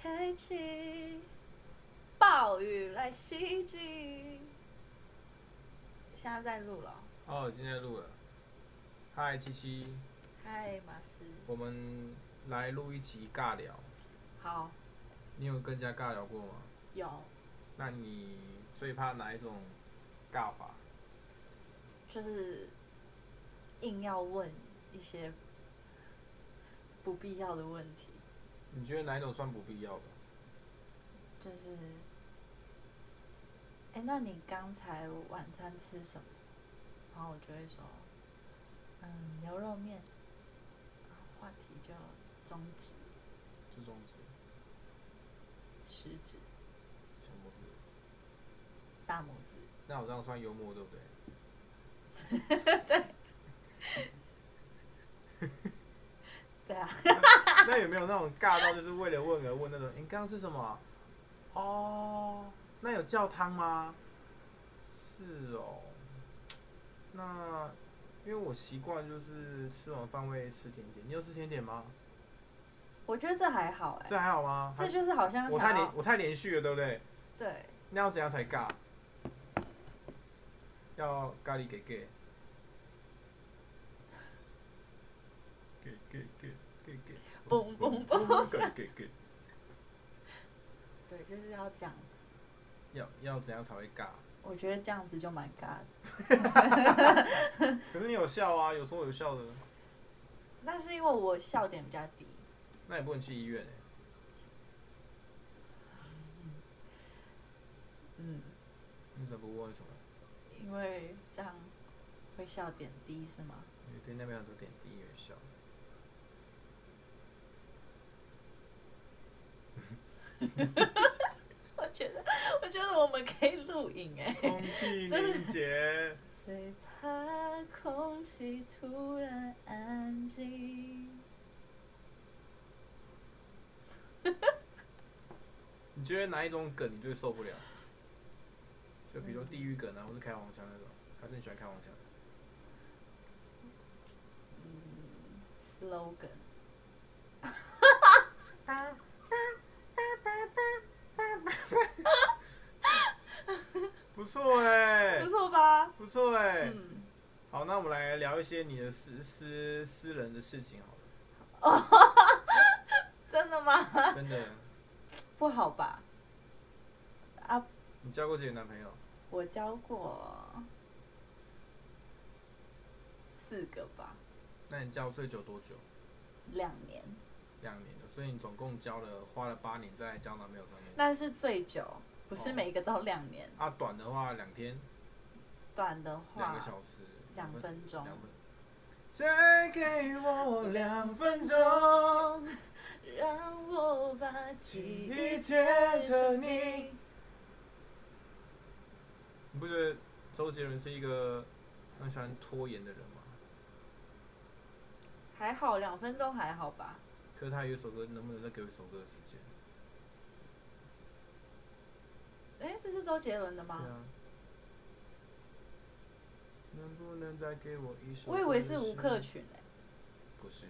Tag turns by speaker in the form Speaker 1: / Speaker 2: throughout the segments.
Speaker 1: 天气，暴雨来袭击。现在在录了哦，
Speaker 2: 哦，现在录了。嗨，七七，
Speaker 1: 嗨，马斯，
Speaker 2: 我们来录一集尬聊。
Speaker 1: 好，
Speaker 2: 你有跟人家尬聊过吗？
Speaker 1: 有，
Speaker 2: 那你最怕哪一种尬法？
Speaker 1: 就是硬要问一些不必要的问题，
Speaker 2: 你觉得哪一种算不必要的？
Speaker 1: 就是，哎、那你刚才晚餐吃什么？然后我就会说，嗯，牛肉面。然后话题就终止，
Speaker 2: 就中指、
Speaker 1: 食指、
Speaker 2: 小拇指。
Speaker 1: 大拇指。
Speaker 2: 那我这样算幽默对不对？
Speaker 1: 对啊，
Speaker 2: 那有没有那种尬到就是为了问而问那种？你刚刚吃什么啊？哦，那有叫汤吗？是哦，那因为我习惯就是吃完饭会吃甜点，你有吃甜点吗？
Speaker 1: 我觉得这还好哎、
Speaker 2: 这还好吗？
Speaker 1: 这就是好像
Speaker 2: 我太
Speaker 1: 想
Speaker 2: 连
Speaker 1: 要
Speaker 2: 我太连续了，对不对？
Speaker 1: 对，
Speaker 2: 那要怎样才尬？要咖喱给给，给给给给给，嗯
Speaker 1: 嘣嘣
Speaker 2: 嘣，给给给，
Speaker 1: 对，就是要这样子。
Speaker 2: 要要怎样才会尬？
Speaker 1: 我觉得这样子就蛮尬的，
Speaker 2: 可是你有笑啊，有说有笑的，
Speaker 1: 那是因为我笑点比较低，
Speaker 2: 那也不能去医院哎、
Speaker 1: 嗯，
Speaker 2: 你怎么不问什么？
Speaker 1: 因为这样会笑点低是吗？
Speaker 2: 因为对那边很多点滴有笑。
Speaker 1: 我觉得，我觉得我们可以录影哎、
Speaker 2: 空气凝结，
Speaker 1: 最怕空气突然安静。
Speaker 2: 你觉得哪一种梗你最受不了？就比如说
Speaker 1: 嗯
Speaker 2: 地狱梗啊，或是开黄腔那种，还是你喜欢开黄腔？
Speaker 1: slogan。
Speaker 2: 不错哎、
Speaker 1: 不错吧？
Speaker 2: 不错哎、
Speaker 1: 嗯，
Speaker 2: 好，那我们来聊一些你的私私私人的事情好 了，
Speaker 1: 真的吗？
Speaker 2: 真的，
Speaker 1: 不好吧？啊，
Speaker 2: 你交过几个男朋友？
Speaker 1: 我教过四个吧，
Speaker 2: 那你交最久多久？
Speaker 1: 两年，
Speaker 2: 两年了，所以你总共交了花了八年在交男朋友上面。
Speaker 1: 那是最久，不是
Speaker 2: 哦
Speaker 1: 每一个都两年。
Speaker 2: 啊，短的话两天，
Speaker 1: 短的
Speaker 2: 两
Speaker 1: 话
Speaker 2: 个小时，
Speaker 1: 两分钟，
Speaker 2: 两分。再给我两分钟，
Speaker 1: 让我把记忆
Speaker 2: 一牵
Speaker 1: 着
Speaker 2: 着你。。你不觉得周杰伦是一个很喜欢拖延的人吗？
Speaker 1: 还好，两分钟还好吧？
Speaker 2: 可是他有一首歌，能不能再给我一首歌的时间？
Speaker 1: 哎、这是周杰伦的
Speaker 2: 对
Speaker 1: 吗？
Speaker 2: 啊。能不能再给我一首？
Speaker 1: 我以为是吴克。群诶、
Speaker 2: 不是，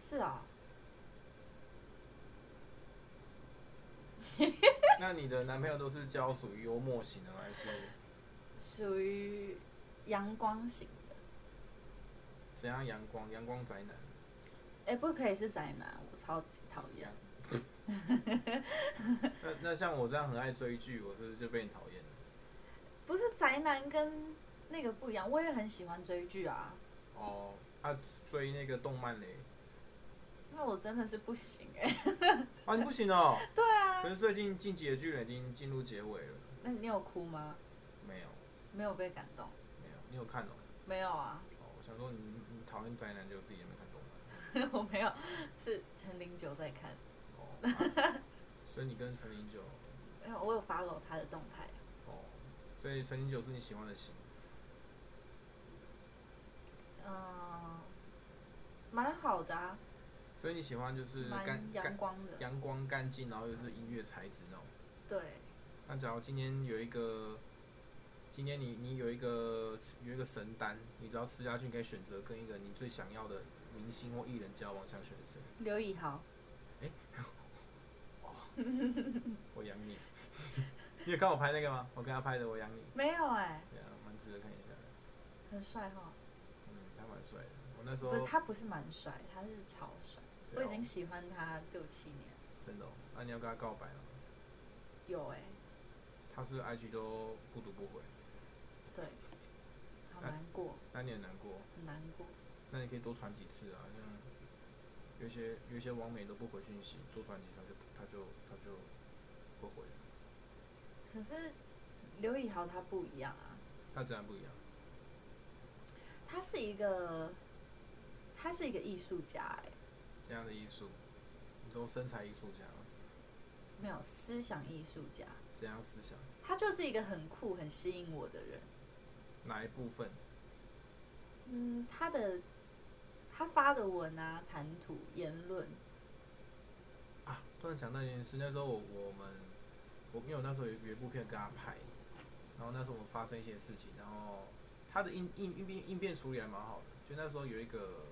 Speaker 1: 是啊、
Speaker 2: 那你的男朋友都是交属于幽默型的吗还是
Speaker 1: 属于阳光型的。
Speaker 2: 怎样阳光阳光宅男？
Speaker 1: 哎、不可以是宅男，我超级讨厌。
Speaker 2: 那那像我这样很爱追剧，我是不是就被你讨厌了？
Speaker 1: 不是宅男跟那个不一样，我也很喜欢追剧啊。
Speaker 2: 哦，啊，追那个动漫嘞？
Speaker 1: 那我真的是不行哎、
Speaker 2: 啊，你不行哦。
Speaker 1: 对啊
Speaker 2: 可，是最近《进击的巨人》已经进入结尾了，
Speaker 1: 那你有哭吗？
Speaker 2: 没有
Speaker 1: 没有被感动？
Speaker 2: 没有，你有看哦？
Speaker 1: 没有啊，
Speaker 2: 哦，我想说你你讨厌宅男，就自己也没看动漫。
Speaker 1: 我没有，是陈零九在看。
Speaker 2: 哦， 啊所以你跟陈零九，
Speaker 1: 没有，我有 follow 他的动态。
Speaker 2: 哦，所以陈零九是你喜欢的型，
Speaker 1: 嗯、蛮好的啊，
Speaker 2: 所以你喜欢就是干
Speaker 1: 蛮阳
Speaker 2: 干
Speaker 1: 光的。
Speaker 2: 阳光干净，然后又是音乐材质那种。
Speaker 1: 对，
Speaker 2: 那假如今天有一个，今天你你有一个有一个神单，你只要吃下去，你可以选择跟一个你最想要的明星或艺人交往，想选谁？
Speaker 1: 刘以豪。
Speaker 2: 诶我养你。 你有看我拍那个吗？我跟他拍的《我养你
Speaker 1: 没有哎、》，
Speaker 2: 对啊，蛮值得看一下的。
Speaker 1: 很帅哈。
Speaker 2: 嗯，他蛮帅的。我那时候
Speaker 1: 不是，他不是蛮帅，他是超帅。
Speaker 2: 对
Speaker 1: 我
Speaker 2: 啊
Speaker 1: 已经喜欢他六七年，
Speaker 2: 真的、哦，那、你要跟他告白了吗？
Speaker 1: 有哎、
Speaker 2: 他是 IG 都不读不回，
Speaker 1: 对，好难过，
Speaker 2: 那你很难过。
Speaker 1: 很难过。
Speaker 2: 那你可以多传几次啊，像有些有些网美都不回讯息，多传几次他就他就他就不回了，
Speaker 1: 可是刘以豪他不一样啊，
Speaker 2: 那自然不一样。
Speaker 1: 他是一个，他是一个艺术家哎、
Speaker 2: 这样的艺术，你说身材艺术家吗？
Speaker 1: 没有思想艺术家，
Speaker 2: 这样思想
Speaker 1: 他就是一个很酷、很吸引我的人。
Speaker 2: 哪一部分？
Speaker 1: 嗯，他的他发的文啊、谈吐、言论，
Speaker 2: 啊，突然想到一件事，那时候我我们我因为我那时候有有一部片跟他拍，然后那时候我们发生一些事情，然后他的应应应变应变处理还蛮好的，就那时候有一个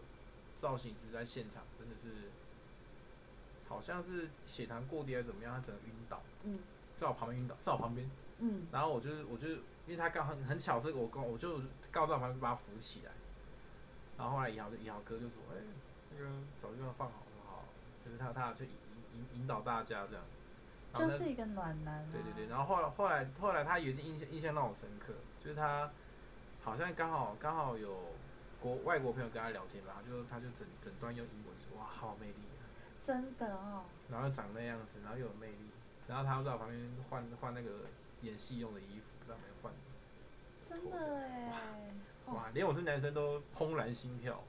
Speaker 2: 造型师在现场，真的是好像是血糖过低还是怎么样，他整个晕倒，
Speaker 1: 嗯
Speaker 2: 在我旁边晕倒，在我旁边，
Speaker 1: 嗯，
Speaker 2: 然后我就是我就是因为他刚好很很巧是我跟我就告在我旁边把他扶起来，然后后来以豪就以豪哥就说，哎、那个找地方放好，我说好，就是他他就引引引导大家这样，然后
Speaker 1: 就
Speaker 2: 那
Speaker 1: 是一个暖男、啊。
Speaker 2: 对对对，然后后来后来后来他有一件印象印象让我深刻，就是他好像刚好刚好有国外国朋友跟他聊天吧，他就他就整整段用英文说，哇，好有魅力啊，
Speaker 1: 真的哦，
Speaker 2: 然后长那样子，然后又有魅力，然后他又在我旁边换换那个演戏用的衣服，不知道有没有换。
Speaker 1: 真的哎，哦，
Speaker 2: 哇，连我是男生都怦然心跳，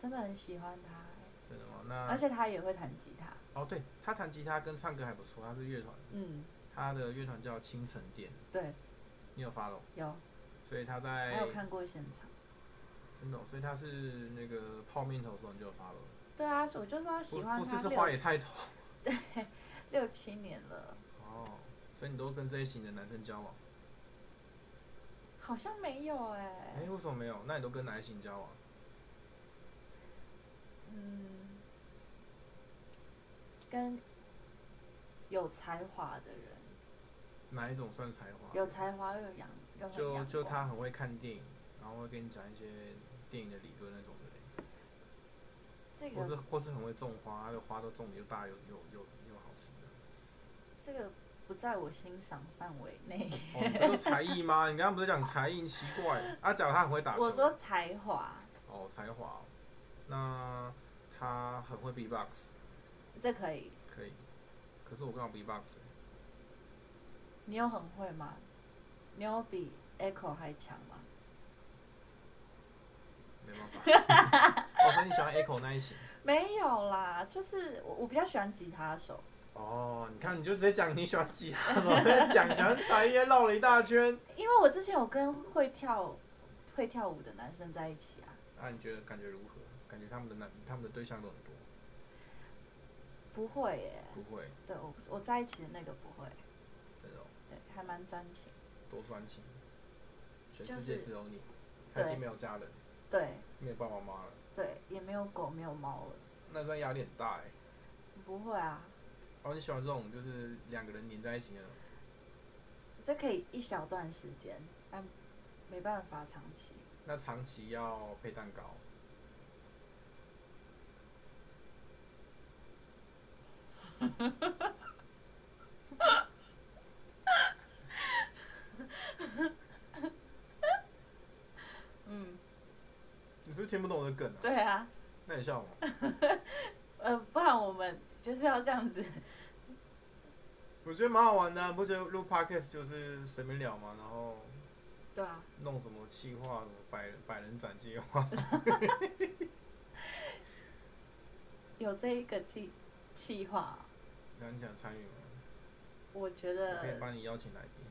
Speaker 1: 真的很喜欢他欸，
Speaker 2: 真的吗？那
Speaker 1: 而且他也会弹吉他。
Speaker 2: 哦，对他弹吉他跟唱歌还不错，他是乐团，
Speaker 1: 嗯，
Speaker 2: 他的乐团叫清晨殿，
Speaker 1: 对，
Speaker 2: 你有 follow？
Speaker 1: 有，
Speaker 2: 所以他
Speaker 1: 我
Speaker 2: 在
Speaker 1: 有看过现场。
Speaker 2: 真的哦、所以他是那个泡面头的时候你就有 follow，了
Speaker 1: 对啊，我就说喜欢
Speaker 2: 不不是
Speaker 1: 他
Speaker 2: 是花
Speaker 1: 六
Speaker 2: 野菜头
Speaker 1: 六七年了，
Speaker 2: 哦，所以你都跟这一型的男生交往？
Speaker 1: 好像没有哎
Speaker 2: 哎、。为什么没有？那你都跟哪一型交往？
Speaker 1: 嗯，跟有才华的人，
Speaker 2: 哪一种算才华？
Speaker 1: 有才华又有阳，又很
Speaker 2: 就
Speaker 1: 阳
Speaker 2: 哦就
Speaker 1: 光
Speaker 2: 他很会看电影，然后会跟你讲一些电影的理论那种的嘞。
Speaker 1: 这
Speaker 2: 或是
Speaker 1: 个
Speaker 2: 或是很会种花，他的花都种的又大又又又又好吃的。
Speaker 1: 这个不在我欣赏范围内。
Speaker 2: 哦，你不是才艺吗？你刚刚不是讲才艺？奇怪，阿角他很 会打球。
Speaker 1: 我说才华，
Speaker 2: 哦，才华哦、那他很会 B-box，
Speaker 1: 这可以。
Speaker 2: 可以。可是我刚好欸 B-box，
Speaker 1: 你有很会吗？你有比 Echo 还强吗？
Speaker 2: 没办法。哦，所以你喜欢 Echo 那一型。
Speaker 1: 没有啦，就是我我比较喜欢吉他手。
Speaker 2: 哦，你看你就直接讲你喜欢吉他手，在 讲喜欢才艺，绕了一大圈。
Speaker 1: 因为我之前有跟会跳会跳舞的男生在一起啊，
Speaker 2: 那、你觉得感觉如何？感觉他们的男他们的对象都很多，
Speaker 1: 不会欸耶、
Speaker 2: 不会，
Speaker 1: 对我我在一起的那个不会，
Speaker 2: 真的哦、
Speaker 1: 对，还蛮专情，
Speaker 2: 多专情。全
Speaker 1: 就
Speaker 2: 世界
Speaker 1: 是
Speaker 2: 只有你，他已经
Speaker 1: 对
Speaker 2: 没有家人，
Speaker 1: 对
Speaker 2: 没有爸爸妈妈了，
Speaker 1: 对，也没有狗没有猫了，
Speaker 2: 那段压力很大哎、
Speaker 1: 不会啊，
Speaker 2: 哦，你喜欢这种就是两个人黏在一起的，
Speaker 1: 这可以一小段时间，但没办法长期，
Speaker 2: 那长期要配蛋糕，
Speaker 1: 嗯，
Speaker 2: 你是不是听不懂我的梗啊？
Speaker 1: 对啊，
Speaker 2: 那你笑我，
Speaker 1: 呃，不然我们就是要这样子，
Speaker 2: 我觉得蛮好玩的啊、不觉得录 podcast 就是随便聊嘛，然后
Speaker 1: 对啊，
Speaker 2: 弄什么气话，什么百百人斩计划，
Speaker 1: 有这一个计计划，
Speaker 2: 那你想参与吗？
Speaker 1: 我觉
Speaker 2: 我可以
Speaker 1: 得
Speaker 2: 帮你邀请来 E- 宾。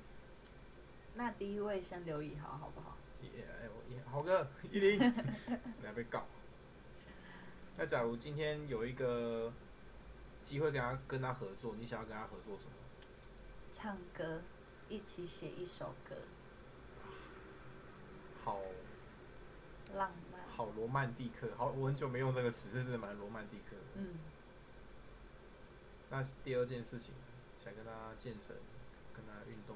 Speaker 1: 那第一位先刘以豪好不好？
Speaker 2: 也哎我也豪哥一零，你要被告。那假如今天有一个机会跟他跟他合作，你想要跟他合作什么？
Speaker 1: 唱歌，一起写一首歌，
Speaker 2: 好
Speaker 1: 浪漫，
Speaker 2: 好罗曼蒂克，好，我很久没用这个词，这真的蛮罗曼蒂克的。
Speaker 1: 嗯，
Speaker 2: 那是第二件事情，想跟他健身，跟他运动，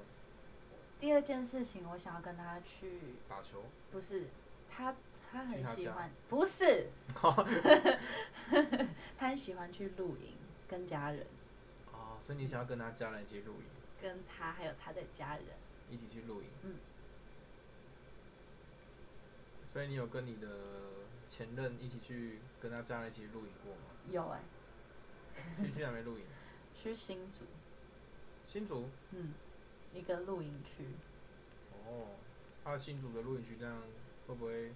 Speaker 1: 第二件事情，我想要跟他去，
Speaker 2: 打球。
Speaker 1: 不是他，他
Speaker 2: 去
Speaker 1: 很
Speaker 2: 他
Speaker 1: 喜
Speaker 2: 家
Speaker 1: 欢，不 是，他很喜欢去露营，跟家人，
Speaker 2: 哦，所以你想要跟他家人一起露营，
Speaker 1: 跟他还有他的家人，
Speaker 2: 一起去露营。
Speaker 1: 嗯。
Speaker 2: 所以你有跟你的前任一起去跟他家人一起露营过 吗？
Speaker 1: 有哎、
Speaker 2: 去去哪边露营？
Speaker 1: 去新竹，
Speaker 2: 新竹。
Speaker 1: 嗯，一个露营区，
Speaker 2: 哦，啊，新竹的露营区这样会不会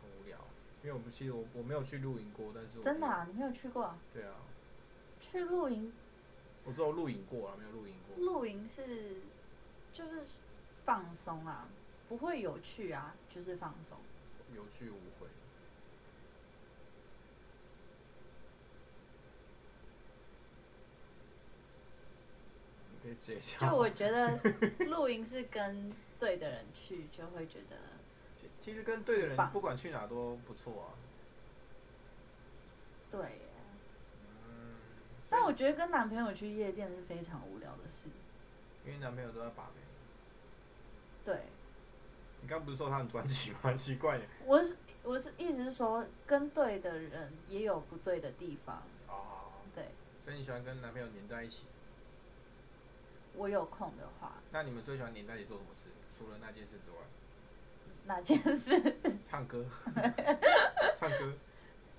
Speaker 2: 很无聊？因为我不其实我我没有去露营过，但是我
Speaker 1: 真的
Speaker 2: 觉得、
Speaker 1: 啊，你没有去过啊？
Speaker 2: 对啊，
Speaker 1: 去露营，
Speaker 2: 我只有露营过啊，没有露营过。
Speaker 1: 露营是就是放松啊，不会有趣啊，就是放松。
Speaker 2: 有去无回。你可以解一下
Speaker 1: 就
Speaker 2: 吗。
Speaker 1: 我觉得露营是跟对的人去，就会觉得
Speaker 2: 其其实跟对的人
Speaker 1: 棒
Speaker 2: 不管去哪都不错啊。
Speaker 1: 对耶。
Speaker 2: 嗯。
Speaker 1: 但
Speaker 2: 所
Speaker 1: 我
Speaker 2: 以
Speaker 1: 觉得跟男朋友去夜店是非常无聊的事。
Speaker 2: 因为男朋友都在把妹，
Speaker 1: 对，
Speaker 2: 你刚不是说他很专情吗？ 奇怪耶。
Speaker 1: 我是我是一直说跟对的人也有不对的地方。
Speaker 2: 哦。
Speaker 1: 对
Speaker 2: 所以你喜欢跟男朋友黏在一起？
Speaker 1: 我有空的话，
Speaker 2: 那你们最喜欢黏在一起做什么事？除了那件事之外，
Speaker 1: 哪件事
Speaker 2: 唱歌，唱歌，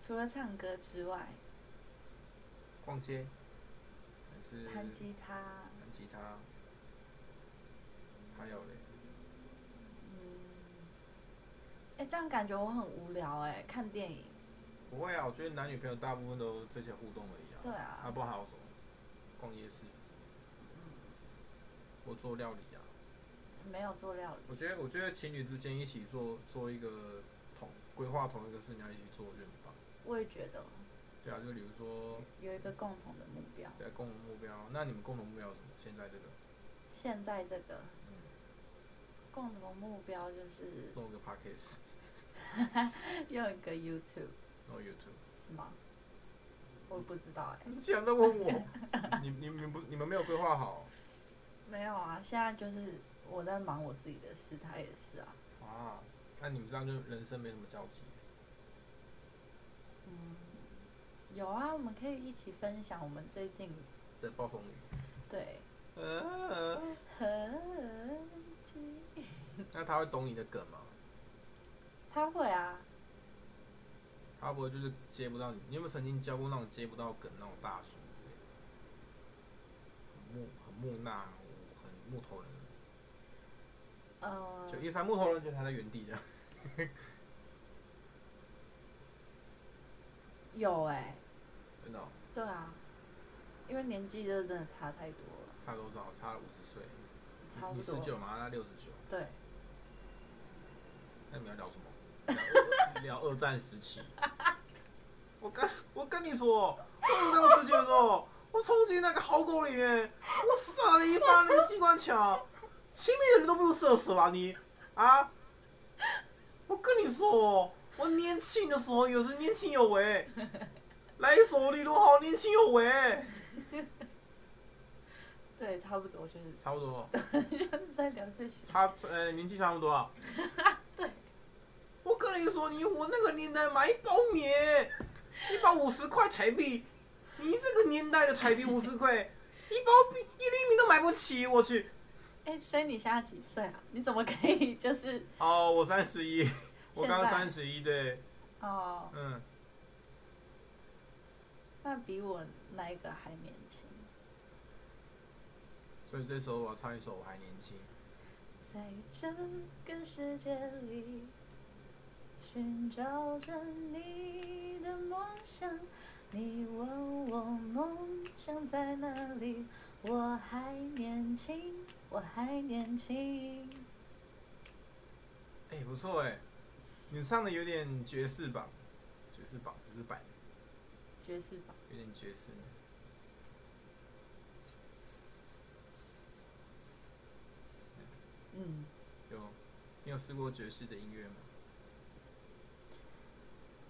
Speaker 1: 除了唱歌之外，
Speaker 2: 逛街，还是
Speaker 1: 弹吉他，
Speaker 2: 弹吉他，还有嘞，
Speaker 1: 嗯，哎、这样感觉我很无聊哎、看电影。
Speaker 2: 不会啊，我觉得男女朋友大部分都这些互动而已啊。
Speaker 1: 对啊
Speaker 2: 啊，不然还有什么？逛夜市，或做料理啊。
Speaker 1: 没有做料理，
Speaker 2: 我觉得，我觉得情侣之间一起做做一个同规划同一个事情，要一起做，我觉得很棒。
Speaker 1: 我也觉得
Speaker 2: 对啊，就比如说，
Speaker 1: 有一个共同的目标。
Speaker 2: 对啊共同目标，那你们共同目标是什么？现在这个，
Speaker 1: 现在这个
Speaker 2: 嗯，
Speaker 1: 共同目标就是
Speaker 2: 弄一个 podcast，
Speaker 1: 用一个 YouTube
Speaker 2: 弄 YouTube。
Speaker 1: 是吗？我不知道哎、
Speaker 2: 你竟然在问我？你 你你不你们没有规划好
Speaker 1: 没有啊，现在就是我在忙我自己的事，他也是啊。
Speaker 2: 啊？那你们这样就人生没什么交集。
Speaker 1: 嗯，有啊，我们可以一起分享我们最近
Speaker 2: 的暴风雨。
Speaker 1: 对
Speaker 2: 呃，
Speaker 1: 痕迹。
Speaker 2: 那他会懂你的梗吗？
Speaker 1: 他会啊，
Speaker 2: 他不会就是接不到你？你有没有曾经教过那种接不到梗那种大叔之类的？很木很木讷，很木头人，
Speaker 1: 呃，
Speaker 2: 就一三木头人，就他在原地这样。
Speaker 1: 有哎、
Speaker 2: 真的哦、
Speaker 1: 对啊，因为年纪就真的差太多了，
Speaker 2: 差多少？差五十岁。
Speaker 1: 差不多。
Speaker 2: 你十九嘛，他六十九，
Speaker 1: 对，
Speaker 2: 那你们要聊什么？ 聊二战时期。我跟我跟你说，哦二战时期的时候，我冲进那个壕沟里面，我撒了一发那个机关枪，前面的人都被我射死了。你啊，我跟你说，哦我年轻的时候也是年轻有为，来一首李荣浩《年轻有为》，
Speaker 1: 对，差不多就是
Speaker 2: 差不多。哦
Speaker 1: 就是在聊这些。
Speaker 2: 差呃年纪差不多啊。
Speaker 1: 对。
Speaker 2: 我跟你说，你我那个年代买一包棉，一包五十块台币，你这个年代的台币五十块，一包比一厘米都买不起，我去。
Speaker 1: 哎、所以你现在几岁啊？你怎么可以就是
Speaker 2: 哦，我三十一，我刚刚
Speaker 1: 现在
Speaker 2: 三十一，对，
Speaker 1: 哦？
Speaker 2: 嗯，
Speaker 1: 那比我那一个还年轻。
Speaker 2: 所以这时候我要唱一首《我还年轻》。
Speaker 1: 在这个世界里，寻找着你的梦想。你问我梦想在哪里？我还年轻，我还年轻。
Speaker 2: 哎、不错哎、你唱的有点爵士吧？爵士吧，爵士版，
Speaker 1: 爵士吧，
Speaker 2: 有点爵士。
Speaker 1: 嗯，
Speaker 2: 有，你有试过爵士的音乐吗？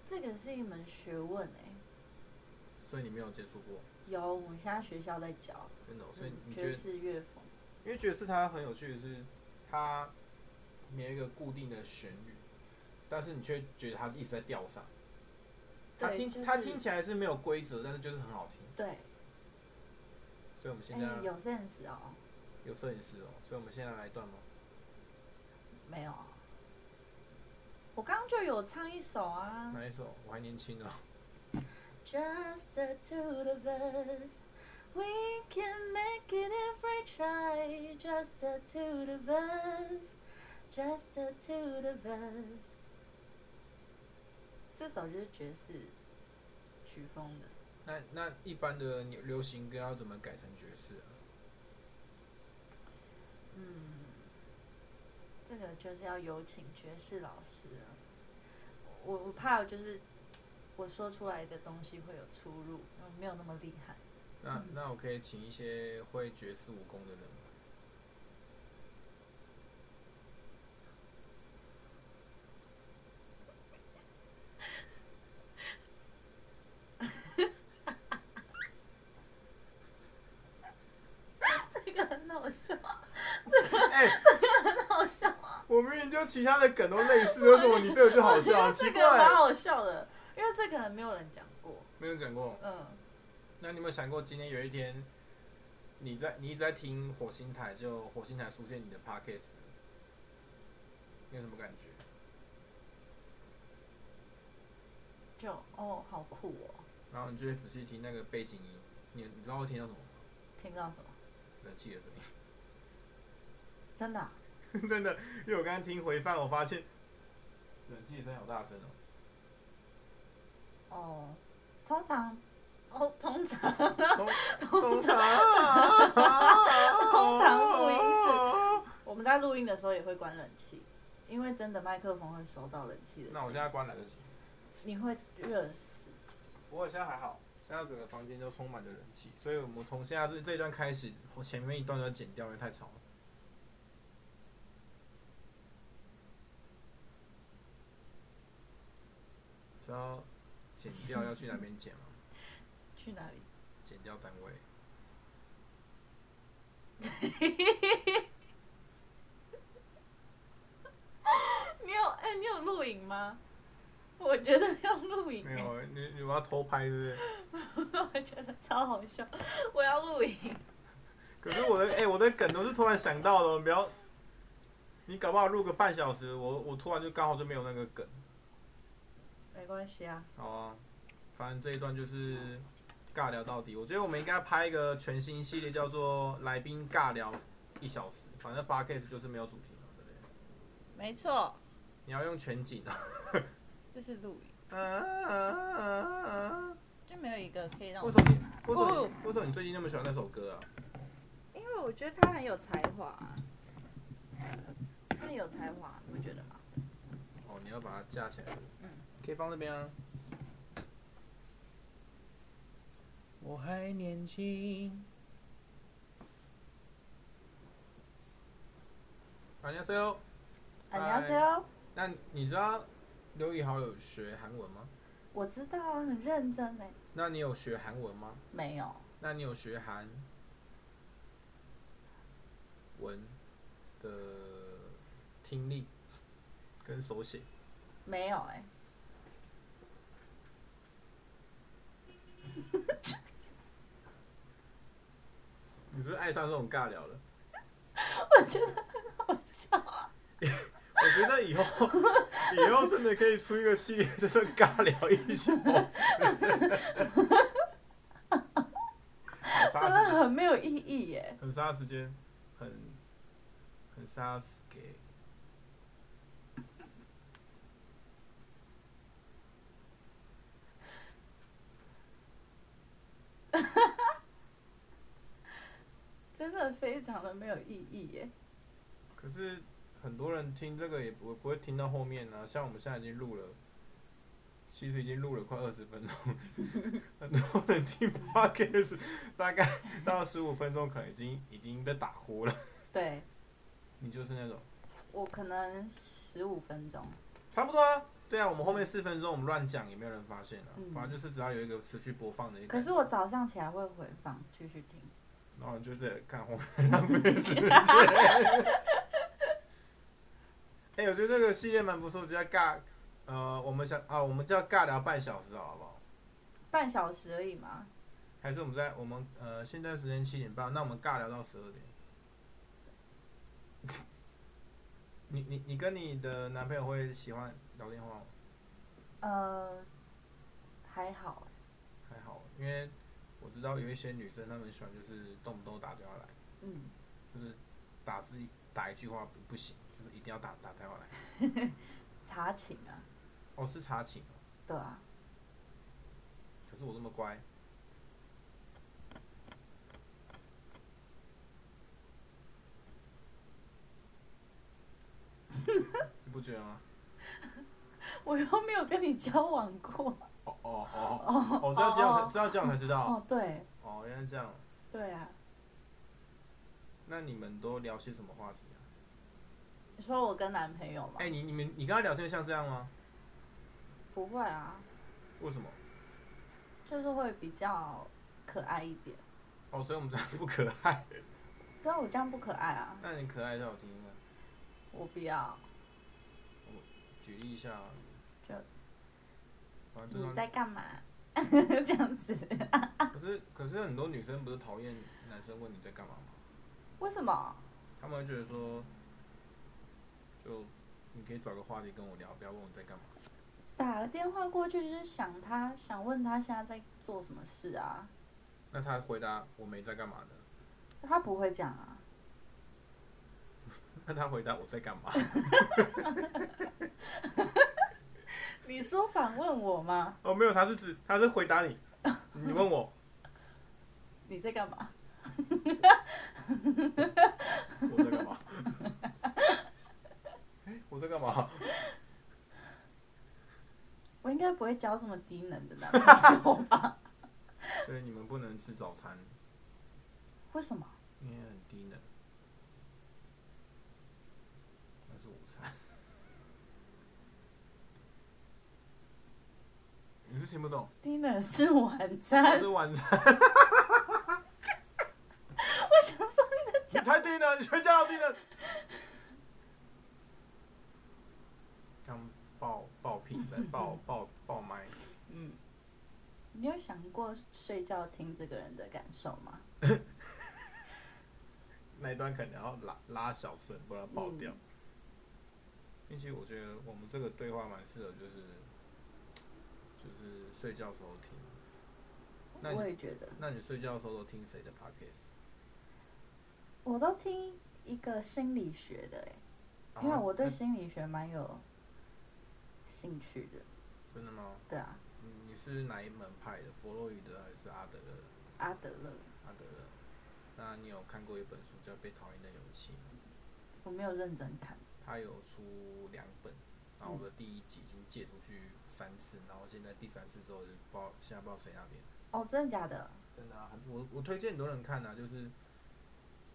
Speaker 1: 这个是一门学问哎、
Speaker 2: 所以你没有接触过，
Speaker 1: 欸有，我们现在学校在教，
Speaker 2: 真的哦、所以
Speaker 1: 嗯，
Speaker 2: 你觉
Speaker 1: 爵
Speaker 2: 得，
Speaker 1: 士乐风，
Speaker 2: 因为爵士它很有趣的是，它没有一个固定的旋律，但是你却觉得它一直在调上。它
Speaker 1: 对
Speaker 2: 听、
Speaker 1: 就是
Speaker 2: 它听起来是没有规则，但是就是很好听。
Speaker 1: 对，
Speaker 2: 所以我们现
Speaker 1: 哎、
Speaker 2: 在
Speaker 1: 有 sense 哦，
Speaker 2: 有摄影师哦，所以我们现在来一段吗？
Speaker 1: 没有啊，我刚刚就有唱一首啊
Speaker 2: 哪一首？我还年轻哦。
Speaker 1: ，Just the two of us。We can make it if we try, just the two of us, just the two of us。这首就是爵士曲风的，
Speaker 2: 那那一般的流流行歌要怎么改成爵士啊？
Speaker 1: 嗯，这个就是要有请爵士老师了。我我怕就是我说出来的东西会有出入，嗯没有那么厉害。 嗯
Speaker 2: 那那我可以请一些会爵士武功的人吗？
Speaker 1: 这个很好笑，
Speaker 2: 哎、
Speaker 1: 很好笑，
Speaker 2: 我明明就其他的梗都 类似，为什么你这个就好笑？很奇
Speaker 1: 这个蛮
Speaker 2: 怪，
Speaker 1: 好笑的，因为这个没有人讲过。
Speaker 2: 没有讲过。哦
Speaker 1: 嗯，
Speaker 2: 那你有没有想过，今天有一天，你在你一直在听火星台，就火星台出现你的 podcast，你有什么感觉？
Speaker 1: 就哦，好酷哦，
Speaker 2: 然后你就会仔细听那个背景音，你你知道会听到什么吗？
Speaker 1: 听到什么？
Speaker 2: 冷气的声音。
Speaker 1: 真的啊、
Speaker 2: 真的，因为我刚刚听回放，我发现冷气声好大声哦。
Speaker 1: 哦，通常，哦，通常，
Speaker 2: 通常，
Speaker 1: 通
Speaker 2: 通
Speaker 1: 常录音室我们在录音的时候也会关冷气，因为真的麦克风会收到冷气的
Speaker 2: 那
Speaker 1: 声
Speaker 2: 我现
Speaker 1: 音，
Speaker 2: 在关来得及。
Speaker 1: 你会热死。
Speaker 2: 不过现在还好，现在整个房间都充满了人气，所以我们从现在这这一段开始，我前面一段都要剪掉，因为太长了。知道剪掉要去哪边剪吗？
Speaker 1: 去哪里？
Speaker 2: 剪掉单位。
Speaker 1: 你有哎、你有录影吗？我觉得要录影、
Speaker 2: 没有，你你们要偷拍是不是？
Speaker 1: 我觉得超好笑，我要录影。
Speaker 2: 可是我的哎、 我的梗都是突然想到的，不要。你搞不好录个半小时，我我突然就刚好就没有那个梗。
Speaker 1: 没关系啊，
Speaker 2: 好啊，反正这一段就是尬聊到底。我觉得我们应该拍一个全新系列，叫做“来宾尬聊一小时”。反正 p o d c a s 就是没有主题嘛，对不对？
Speaker 1: 没错，
Speaker 2: 你要用全景啊。
Speaker 1: 这是录影，
Speaker 2: 啊啊啊啊
Speaker 1: 就没有一个可以
Speaker 2: 啊
Speaker 1: 让
Speaker 2: 为
Speaker 1: 我
Speaker 2: 什。么你为什么你为什么你最近那么喜欢那首歌啊？
Speaker 1: 因为我觉得他很有才华、啊，他有才华，你不觉得吗？
Speaker 2: 哦，你要把它架起来。
Speaker 1: 嗯
Speaker 2: 可以放那边啊。我还年轻。안녕하세요。哎
Speaker 1: 안녕하세요。
Speaker 2: 那你知道刘以豪有学韩文吗？
Speaker 1: 我知道啊，很认真呢。
Speaker 2: 那你有学韩文吗？
Speaker 1: 没有，
Speaker 2: 那你有学韩文的听力 跟手写？
Speaker 1: 没有哎、
Speaker 2: 你是不是爱上这种尬聊了？
Speaker 1: 我觉得很好笑。
Speaker 2: 我觉得以后以后真的可以出一个系列，就是尬聊一 小时。很
Speaker 1: 真
Speaker 2: 杀时
Speaker 1: 的
Speaker 2: 间，
Speaker 1: 很没有意义耶。
Speaker 2: 很杀时间，很很杀时间。
Speaker 1: 真的非常的没有意义耶。
Speaker 2: 可是很多人听这个也不不会听到后面啊，像我们现在已经录了，其实已经录了快二十分钟，很多人听 podcast 大概到十五分钟可能已经已经在打呼了。
Speaker 1: 对
Speaker 2: 你就是那种
Speaker 1: 我可能十五分钟，
Speaker 2: 差不多啊，对啊，我们后面四分钟我们乱讲也没有人发现啊，
Speaker 1: 嗯
Speaker 2: 反正就是只要有一个持续播放的一个
Speaker 1: 可，是我早上起来会回放，继续听。
Speaker 2: 然后你就在看后面浪费时间。 哎、我觉得这个系列蛮不错，就叫尬，呃，我们想啊，我们叫尬聊半小时好了不好？
Speaker 1: 半小时而已嘛，
Speaker 2: 还是我们在我们呃现在时间七点半，那我们尬聊到十二点。你你你跟你的男朋友会喜欢聊电话吗？
Speaker 1: 呃，还好，
Speaker 2: 还好，因为我知道有一些女生她们喜欢就是动不动打电话来，
Speaker 1: 嗯，
Speaker 2: 就是打字打一句话不不行，就是一定要打打电话来。
Speaker 1: 查寝啊，
Speaker 2: 哦，是查寝哦，
Speaker 1: 对啊，
Speaker 2: 可是我这么 乖，你不觉得吗？
Speaker 1: 我又没有跟你交往过。
Speaker 2: 哦哦哦
Speaker 1: 哦
Speaker 2: 哦，知道这样才知道这样才知道。
Speaker 1: 哦，对
Speaker 2: 哦，原来这样。
Speaker 1: 对啊，
Speaker 2: 那你们都聊些什么话题啊？
Speaker 1: 你说我跟男朋友吗？
Speaker 2: 哎、你你们你跟他聊天像这样吗？
Speaker 1: 不会啊，
Speaker 2: 为什么？
Speaker 1: 就是会比较可爱一点。
Speaker 2: 哦，所以我们这样不可爱。
Speaker 1: 对啊，我这样不可爱啊，
Speaker 2: 那你可爱让我听听看，
Speaker 1: 我不
Speaker 2: 啊
Speaker 1: 要。
Speaker 2: 举例一下啊。
Speaker 1: 就
Speaker 2: 反正
Speaker 1: 你
Speaker 2: 就
Speaker 1: 在干 嘛？这样子？
Speaker 2: 让，可是可是很多女生不是讨厌男生问你在干嘛吗？
Speaker 1: 为什么？
Speaker 2: 他们会觉得说，就你可以找个话题跟我聊，不要问我在干嘛。
Speaker 1: 打个电话过去就是想他，想问他现在在做什么事啊？
Speaker 2: 那他回答我没在干嘛呢？
Speaker 1: 他不会讲啊。
Speaker 2: 那他回答我在干嘛？
Speaker 1: 你说反问我吗？
Speaker 2: 哦，没有，他是指他是回答你，你问我
Speaker 1: 你在干嘛？
Speaker 2: 我在干嘛？ 哎、我在干嘛？
Speaker 1: 我应该不会交这么低能的男朋友 吧？
Speaker 2: 所以你们不能吃早餐，
Speaker 1: 为什么？
Speaker 2: 因为很低能。那是午餐。 你是听不懂？
Speaker 1: 低能是晚餐
Speaker 2: 那。是晚餐。
Speaker 1: 我想说你在
Speaker 2: 你才低能，你全家都低能。刚爆爆屁，来爆爆爆麦。
Speaker 1: 嗯，你有想过睡觉听这个人的感受吗？
Speaker 2: 那一段可能要拉拉小声，不然爆掉。
Speaker 1: 嗯
Speaker 2: 并且我觉得我们这个对话蛮适合，就是就是睡觉时候听。那你
Speaker 1: 我也觉得，
Speaker 2: 那你睡觉的时候都听谁的 podcast？
Speaker 1: 我都听一个心理学的哎、
Speaker 2: 啊
Speaker 1: 因为我对
Speaker 2: 那
Speaker 1: 心理学蛮有兴趣的。
Speaker 2: 真的吗？
Speaker 1: 对啊，
Speaker 2: 你你是哪一门派的？弗洛伊德还是阿德勒？
Speaker 1: 阿德勒，
Speaker 2: 阿德勒。那你有看过一本书叫《被讨厌的勇气》吗？
Speaker 1: 我没有认真看。
Speaker 2: 他有出两本，然后我的第一集已经借出去三次，然后现在第三次之后就不知道现在不知道谁那边。
Speaker 1: 哦，真的假的？
Speaker 2: 真的、啊，很我我推荐很多人看啊，就是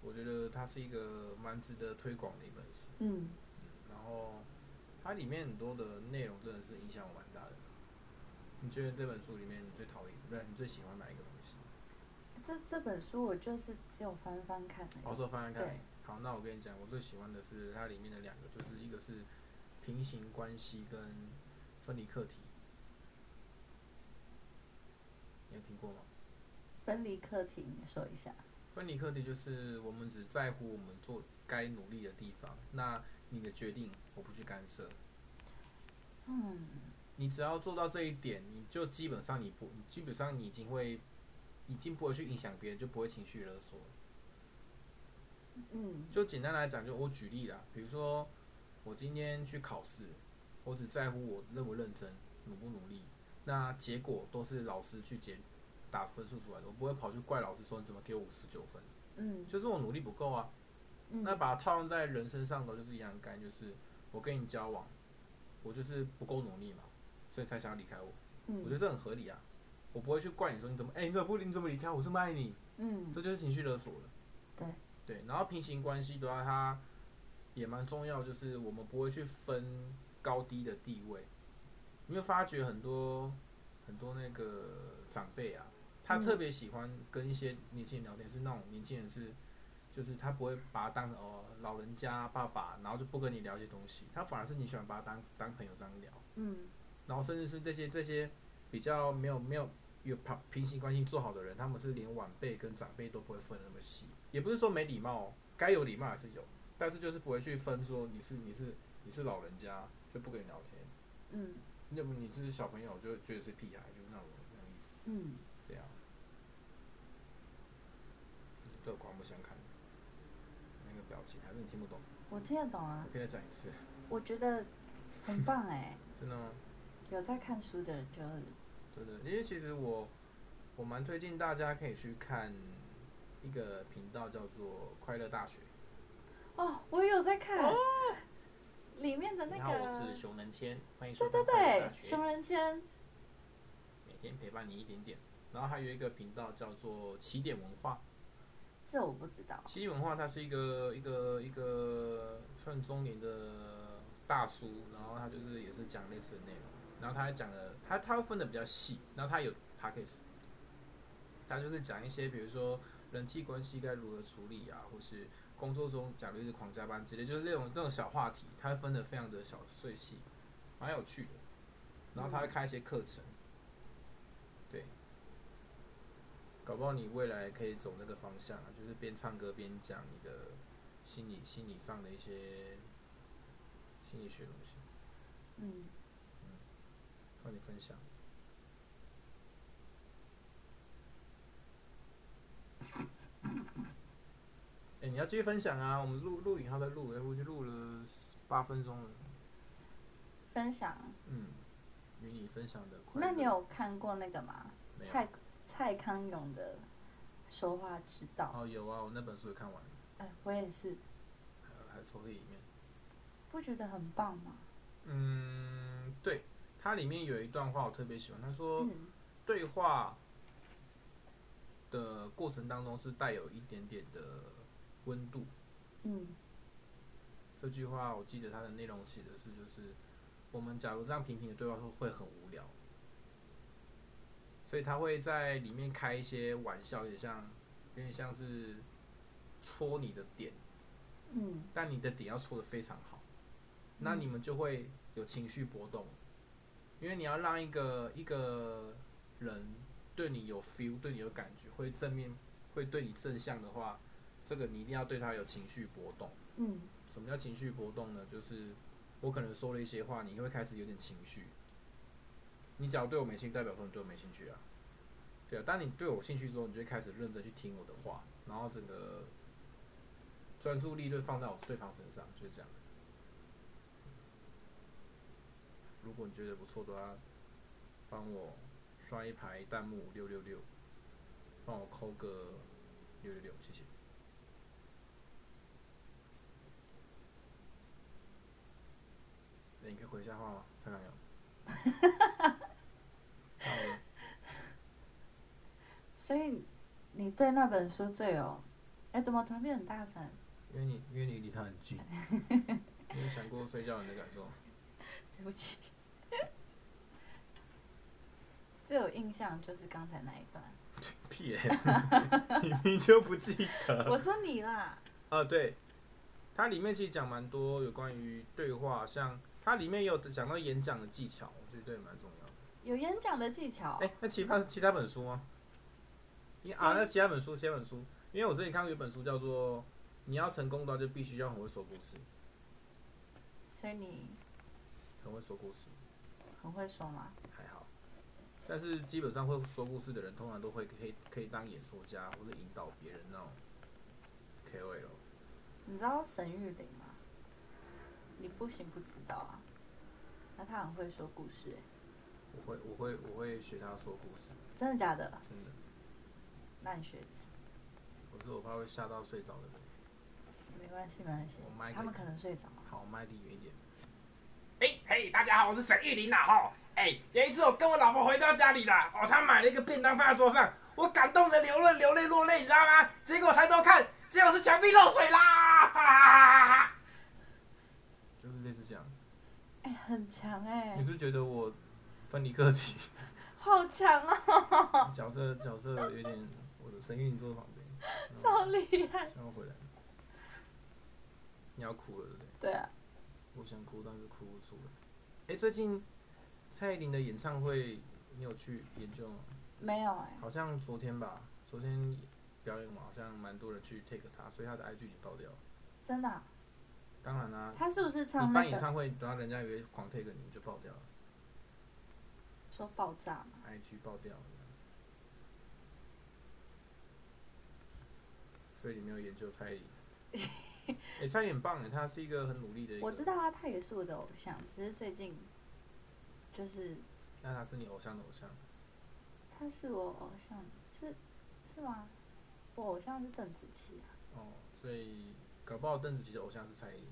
Speaker 2: 我觉得它是一个蛮值得推广的一本书，
Speaker 1: 嗯，
Speaker 2: 然后它里面很多的内容真的是影响我蛮大的。你觉得这本书里面你最讨厌，不是你最喜欢哪一个东西？
Speaker 1: 这这本书我就是只有翻翻看而已。
Speaker 2: 我说哦翻翻看
Speaker 1: 对。
Speaker 2: 好，那我跟你讲，我最喜欢的是它里面的两个，就是一个是平行关系跟分离课题，你有听过吗？
Speaker 1: 分离课题，你说一下。
Speaker 2: 分离课题就是我们只在乎我们做该努力的地方，那你的决定我不去干涉，
Speaker 1: 嗯，
Speaker 2: 你只要做到这一点，你就基本上你不，你基本上你已经会，已经不会去影响别人，就不会情绪勒索了。
Speaker 1: 嗯
Speaker 2: 就简单来讲，就我举例啦，比如说我今天去考试，我只在乎我认不认真、努不努力，那结果都是老师去检打分数出来的，我不会跑去怪老师说你怎么给我五十九分，
Speaker 1: 嗯
Speaker 2: 就是我努力不够啊。那
Speaker 1: 嗯
Speaker 2: 把它套用在人身上的就是一样的概念，就是我跟你交往，我就是不够努力嘛，所以才想要离开我，我
Speaker 1: 嗯
Speaker 2: 觉得这很合理啊。我不会去怪你说你怎么，哎、你怎么不，你怎么离开我？我这么爱你，
Speaker 1: 嗯，
Speaker 2: 这就是情绪勒索了。
Speaker 1: 对
Speaker 2: 对，然后平行关系的话，它也蛮重要，就是我们不会去分高低的地位，你有没有发觉很多很多那个长辈啊，他
Speaker 1: 嗯
Speaker 2: 特别喜欢跟一些年轻人聊天，是那种年轻人是，就是他不会把他当成哦老人家爸爸，然后就不跟你聊一些东西，他反而是你喜欢把他当当朋友这样聊，
Speaker 1: 嗯
Speaker 2: 然后甚至是这些这些比较没有没有有平平行关系做好的人，他们是连晚辈跟长辈都不会分得那么细，也不是说没礼貌、哦，该有礼貌还是有，但是就是不会去分说你是你是你是老人家就不跟你聊天。
Speaker 1: 嗯
Speaker 2: 要不你是小朋友就觉得是屁孩，就是那种那种意思，
Speaker 1: 嗯，
Speaker 2: 对啊，对我刮目相看，那个表情还是你听不懂，
Speaker 1: 我听得懂啊
Speaker 2: 我，可以再讲一次，
Speaker 1: 我觉得很棒哎、
Speaker 2: 真的吗？
Speaker 1: 有在看书的人就
Speaker 2: 真的，因为其实我我蛮推荐大家可以去看一个频道叫做快乐大学，
Speaker 1: 啊哦，我也有在看、里面的那
Speaker 2: 你
Speaker 1: 个，
Speaker 2: 好，我是熊仁谦，欢迎收
Speaker 1: 对
Speaker 2: 看
Speaker 1: 对
Speaker 2: 快乐
Speaker 1: 对
Speaker 2: 大，学
Speaker 1: 熊，仁谦，
Speaker 2: 每天陪伴你一点点。然后还有一个频道叫做起点文化，
Speaker 1: 这我不知道，
Speaker 2: 奇异文化他是一个一个一个算中年的大叔，然后他就是也是讲类似的内容，然后他还讲了他他会分的比较细，然后他有 p a c k a g e 他就是讲一些比如说人际关系该如何处理啊，或是工作中假如一直狂加班之类，就是那种那种小话题，他会分的非常的小碎细，蛮有趣的。然后他会开一些课程，对，搞不好你未来可以走那个方向啊，就是边唱歌边讲你的心理心理上的一些心理学东西，
Speaker 1: 嗯，
Speaker 2: 和你分享。哎、你要继续分享啊！我们录录影还在录，哎，我就录了八分钟了。
Speaker 1: 分享。
Speaker 2: 嗯，与你分享的快乐。
Speaker 1: 那你有看过那个吗？
Speaker 2: 没有？
Speaker 1: 蔡蔡康永的说话之道。
Speaker 2: 哦，有啊，我那本书也看完了，
Speaker 1: 哎，我也是，
Speaker 2: 还有还有抽屉里面。
Speaker 1: 不觉得很棒吗？
Speaker 2: 嗯，对，它里面有一段话我特别喜欢，他说。
Speaker 1: 嗯
Speaker 2: 对话的过程当中是带有一点点的温度。
Speaker 1: 嗯
Speaker 2: 这句话我记得它的内容写的是，就是我们假如这样平平的对话会会很无聊，所以他会在里面开一些玩笑，有点像有点像是戳你的点，
Speaker 1: 嗯
Speaker 2: 但你的点要戳的非常好，那你们就会有情绪波动，因为你要让一个一个人对你有 feel，对你有感觉，会正面，会对你正向的话，这个你一定要对他有情绪波动。
Speaker 1: 嗯
Speaker 2: 什么叫情绪波动呢？就是我可能说了一些话，你会开始有点情绪。你只要对我没兴趣，代表说你对我没兴趣啊。对啊，当你对我有兴趣之后，你就会开始认真去听我的话，然后整个专注力就放在我对方身上，就是这样。如果你觉得不错的话，帮我刷一排弹幕六六六，帮我扣个六六六，谢谢。欸你可以回一下话吗？蔡康永。那我
Speaker 1: 所以你对那本书最有……哎，怎么突然变很大声？
Speaker 2: 因为你因为你离他很近，你有想过睡觉人的感受？
Speaker 1: 对不起。最有印象就是刚才那一段。
Speaker 2: 屁耶、 你明明就不记得。
Speaker 1: 我说你啦，
Speaker 2: 啊，对，它里面其实讲蛮多有关于对话，像它里面也有讲到演讲的技巧，我觉得对蛮重要的。
Speaker 1: 有演讲的技巧。
Speaker 2: 哎、那其他其他本书吗？你啊，那其他本书，其他本书，因为我之前看过一本书叫做《你要成功的话就必须要很会说故事》，
Speaker 1: 所以你
Speaker 2: 很会说故事。
Speaker 1: 很会说吗？
Speaker 2: 还好，但是基本上会说故事的人，通常都会可以可以当演说家或者引导别人那种 KOL。
Speaker 1: 你知道沈玉琳吗？你不行不知道啊。那他很会说故事、欸，
Speaker 2: 我会我会我会学他说故事，
Speaker 1: 真的假的？
Speaker 2: 真的，
Speaker 1: 那你学一次，
Speaker 2: 我是我怕会吓到睡着的人。
Speaker 1: 没关系没关系
Speaker 2: 我麦，给
Speaker 1: 他们
Speaker 2: 你
Speaker 1: 可能睡着。
Speaker 2: 好，我麦离远一点。哎、嘿，大家好，我是沈玉琳啦吼。哎、有一次我跟我老婆回到家里啦，哦，她买了一个便当放在桌上，我感动的流了流泪落泪，你知道吗？结果抬头看，结果是墙壁漏水啦！哈哈哈哈哈就是类似这样。
Speaker 1: 哎、很强哎、
Speaker 2: 你是觉得我分离个 体，
Speaker 1: 好强啊，
Speaker 2: 角色角色有点我的神韵坐在旁 边，然后
Speaker 1: 超厉害。
Speaker 2: 想要回来，你要哭了对不
Speaker 1: 对
Speaker 2: 对？
Speaker 1: 啊，
Speaker 2: 我想哭，但是哭不出来。哎、最近蔡依林的演唱会你有去研究吗？
Speaker 1: 没有哎、
Speaker 2: 好像昨天吧，昨天表演完好像蛮多人去 take 他，所以他的 IG 已经爆掉了。
Speaker 1: 真的啊、
Speaker 2: 当然啦、
Speaker 1: 他是不是唱
Speaker 2: 嗯
Speaker 1: 那
Speaker 2: 你办演
Speaker 1: 个
Speaker 2: 唱会，然后人家以为狂 take 你就爆掉了
Speaker 1: 说爆炸嘛？
Speaker 2: ，IG 爆掉了。所以你没有研究蔡 依林。哎、蔡依林很棒哎，她是一个很努力的一个。
Speaker 1: 我知。道啊，他也是我的偶像，只是最近就是
Speaker 2: 那她是你偶像的偶像，
Speaker 1: 他是我偶像，是是吗？我偶像是邓紫棋啊，
Speaker 2: 哦，所以搞不好邓紫棋的偶像是蔡依林，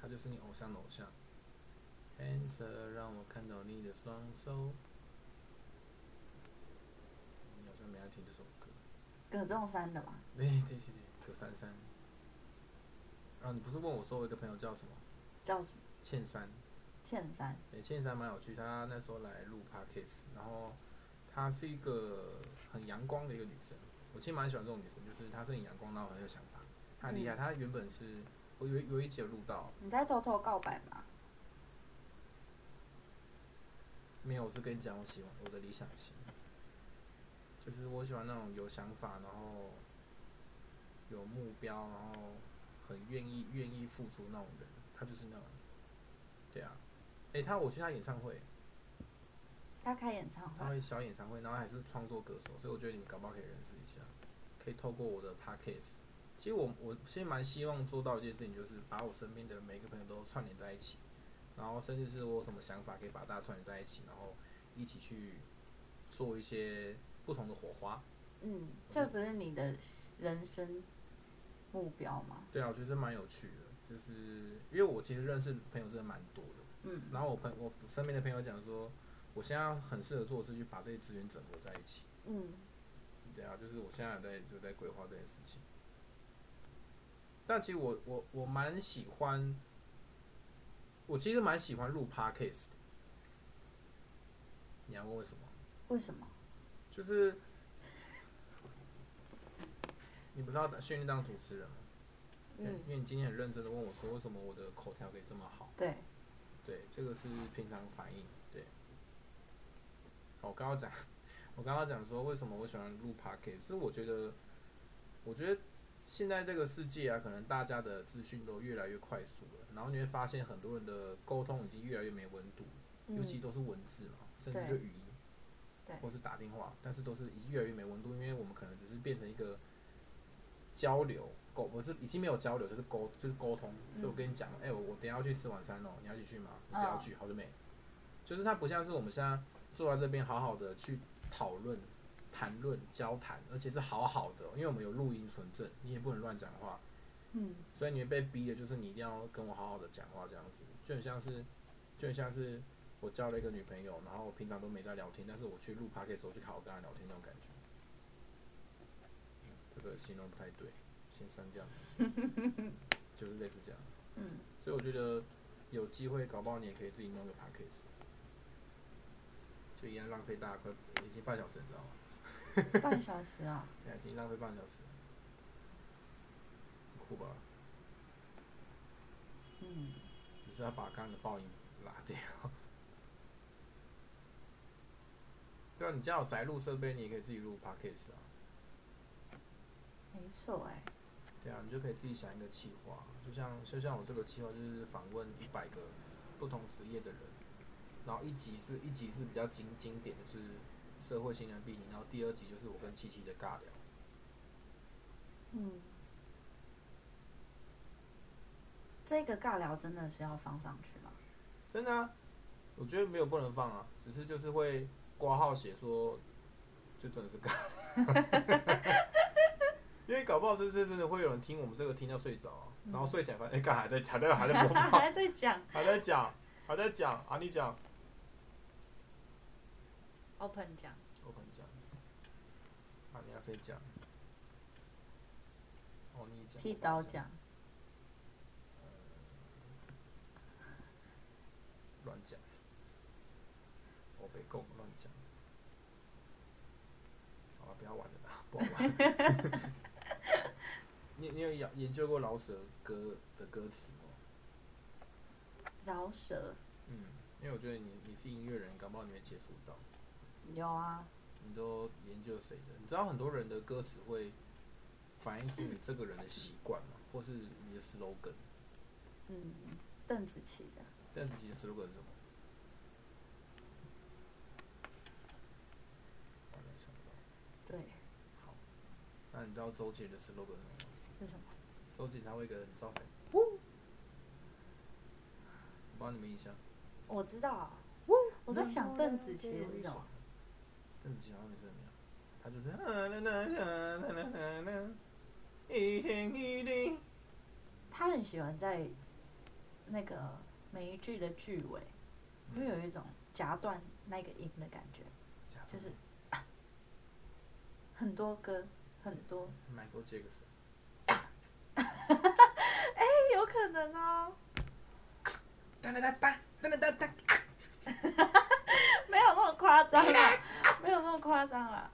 Speaker 2: 她就是你偶像的偶像。Answer，让我看到你的双手。你好像没爱听这首歌。
Speaker 1: 葛仲山的嘛。
Speaker 2: 对对对对，葛珊珊。啊，你不是问我说我一个朋友叫什么？
Speaker 1: 叫什么？
Speaker 2: 倩珊。
Speaker 1: 倩山，
Speaker 2: 诶，倩珊蛮有趣，她那时候来录 podcast，然后她是一个很阳光的一个女生，我其实蛮喜欢这种女生，就是她是很阳光，然后很有想法，她很厉害。她原本是我有一有一集有录到，
Speaker 1: 你在偷偷告白吗？
Speaker 2: 没有，我是跟你讲我喜欢我的理想型，就是我喜欢那种有想法，然后有目标，然后很愿意愿意付出那种人，她就是那种，对啊。诶，她我去她演唱会，
Speaker 1: 他开演唱
Speaker 2: 他
Speaker 1: 会，
Speaker 2: 会小演唱会，然后还是创作歌手，所以我觉得你们搞不好可以认识一下，可以透过我的 podcast。其实我我其实蛮希望做到一件事情，就是把我身边的每个朋友都串联在一起，然后甚至是我有什么想法可以把大家串联在一起，然后一起去做一些不同的火花。
Speaker 1: 嗯，这不是你的人生目标吗？
Speaker 2: 对啊，我觉得这蛮有趣的，就是因为我其实认识朋友真的蛮多的，
Speaker 1: 嗯，
Speaker 2: 然后我朋我身边的朋友讲说，我现在很适合做的是去把这些资源整合在一起。
Speaker 1: 嗯，
Speaker 2: 对啊，就是我现在有在就在规划这件事情。但其实我我我蛮喜欢，我其实蛮喜欢录 podcast 的。你要问为什么？
Speaker 1: 为什么？
Speaker 2: 就是你不是要当训练当主持人吗？
Speaker 1: 嗯，
Speaker 2: 因为你今天很认真的问我说，为什么我的口条可以这么好？
Speaker 1: 对，
Speaker 2: 对，这个是平常反应。对，好我刚刚讲，我刚刚讲说为什么我喜欢录 podcast，是我觉得，我觉得现在这个世界啊，可能大家的资讯都越来越快速了，然后你会发现很多人的沟通已经越来越没温度，尤其
Speaker 1: 嗯，
Speaker 2: 都是文字嘛，甚至
Speaker 1: 对
Speaker 2: 就语音，
Speaker 1: 对
Speaker 2: 或是打电话，但是都是已经越来越没温度，因为我们可能只是变成一个交流沟，不是已经没有交流，就是沟就是沟通。
Speaker 1: 嗯
Speaker 2: 所以我跟你讲，哎、我我等一下要去吃晚餐哦，你要一起去吗？你不要去，好久没。就是它不像是我们现在坐在这边好好的去讨论、谈论、交谈，而且是好好的哦，因为我们有录音存证，你也不能乱讲话。
Speaker 1: 嗯，
Speaker 2: 所以你会被逼的，就是你一定要跟我好好的讲话，这样子，就很像是，就很像是我交了一个女朋友，然后平常都没在聊天，但是我去录 p o d c a s 时候去好好跟她聊天那种感觉。这个形容不太对，先删掉。就是类似这样。
Speaker 1: 嗯。
Speaker 2: 所以我觉得有机会，搞不好你也可以自己弄个 p o d c a s 就一样浪费大家快已经半小时，你知道吗？
Speaker 1: 半小时啊、
Speaker 2: 现在已经浪费半小时了，酷吧？
Speaker 1: 嗯，
Speaker 2: 只是要把刚刚的爆音拉掉。 对啊，你家有宅录设备，你也可以自己录 podcast 啊。
Speaker 1: 没错哎、
Speaker 2: 对啊，你就可以自己想一个企划，就像就像我这个企划就是访问一百个不同职业的人，然后一集是一集是比较经经典，就是社会新人必听，然后第二集就是我跟七七的尬聊。
Speaker 1: 嗯，这个尬聊真的是要放上 去吗？
Speaker 2: 真的、啊，我觉得没有不能放啊，只是就是会挂号写说，就真的是尬，因为搞不好就是真的会有人听我们这个听到睡着啊、然后睡起来发现哎，刚、还在还在还在播
Speaker 1: 他
Speaker 2: 放，
Speaker 1: 还在讲
Speaker 2: 还在讲，还在讲啊，你讲，
Speaker 1: open 讲，
Speaker 2: 我跟你讲，啊，你要谁讲？哦，你讲，
Speaker 1: 剃刀讲，
Speaker 2: 乱讲，我北共乱讲。好了，不要玩了啦， 不好玩。 你你有研研究过老舍歌的歌词吗？
Speaker 1: 饶舌
Speaker 2: 嗯，因为我觉得你你是音乐人，搞不好你会接触到。
Speaker 1: 有啊，
Speaker 2: 你都研究谁的？你知道很多人的歌词会反映出你这个人的习惯嘛，或是你的 slogan。
Speaker 1: 嗯，邓紫棋的
Speaker 2: 但是其实 slogan 是什么？我没想到。
Speaker 1: 对
Speaker 2: 那你知道周杰的 slogan 是什么吗？
Speaker 1: 是什么？
Speaker 2: 周杰他会给人招牌，我帮你们印象。
Speaker 1: 我知道，啊我在想邓紫棋的是什么？
Speaker 2: 邓紫棋好像也是这样，他就是啊啦啦啦啦啦啦啦，一天一定。
Speaker 1: 他很喜欢在那个每一句的句尾，会有一种夹断那个音的感觉。就是很多歌，很多，
Speaker 2: Michael Jackson，
Speaker 1: 哎， 有可能哦。
Speaker 2: 哒哒哒哒哒哒哒哒，
Speaker 1: 没有那么夸张啦，没有那么夸张啦，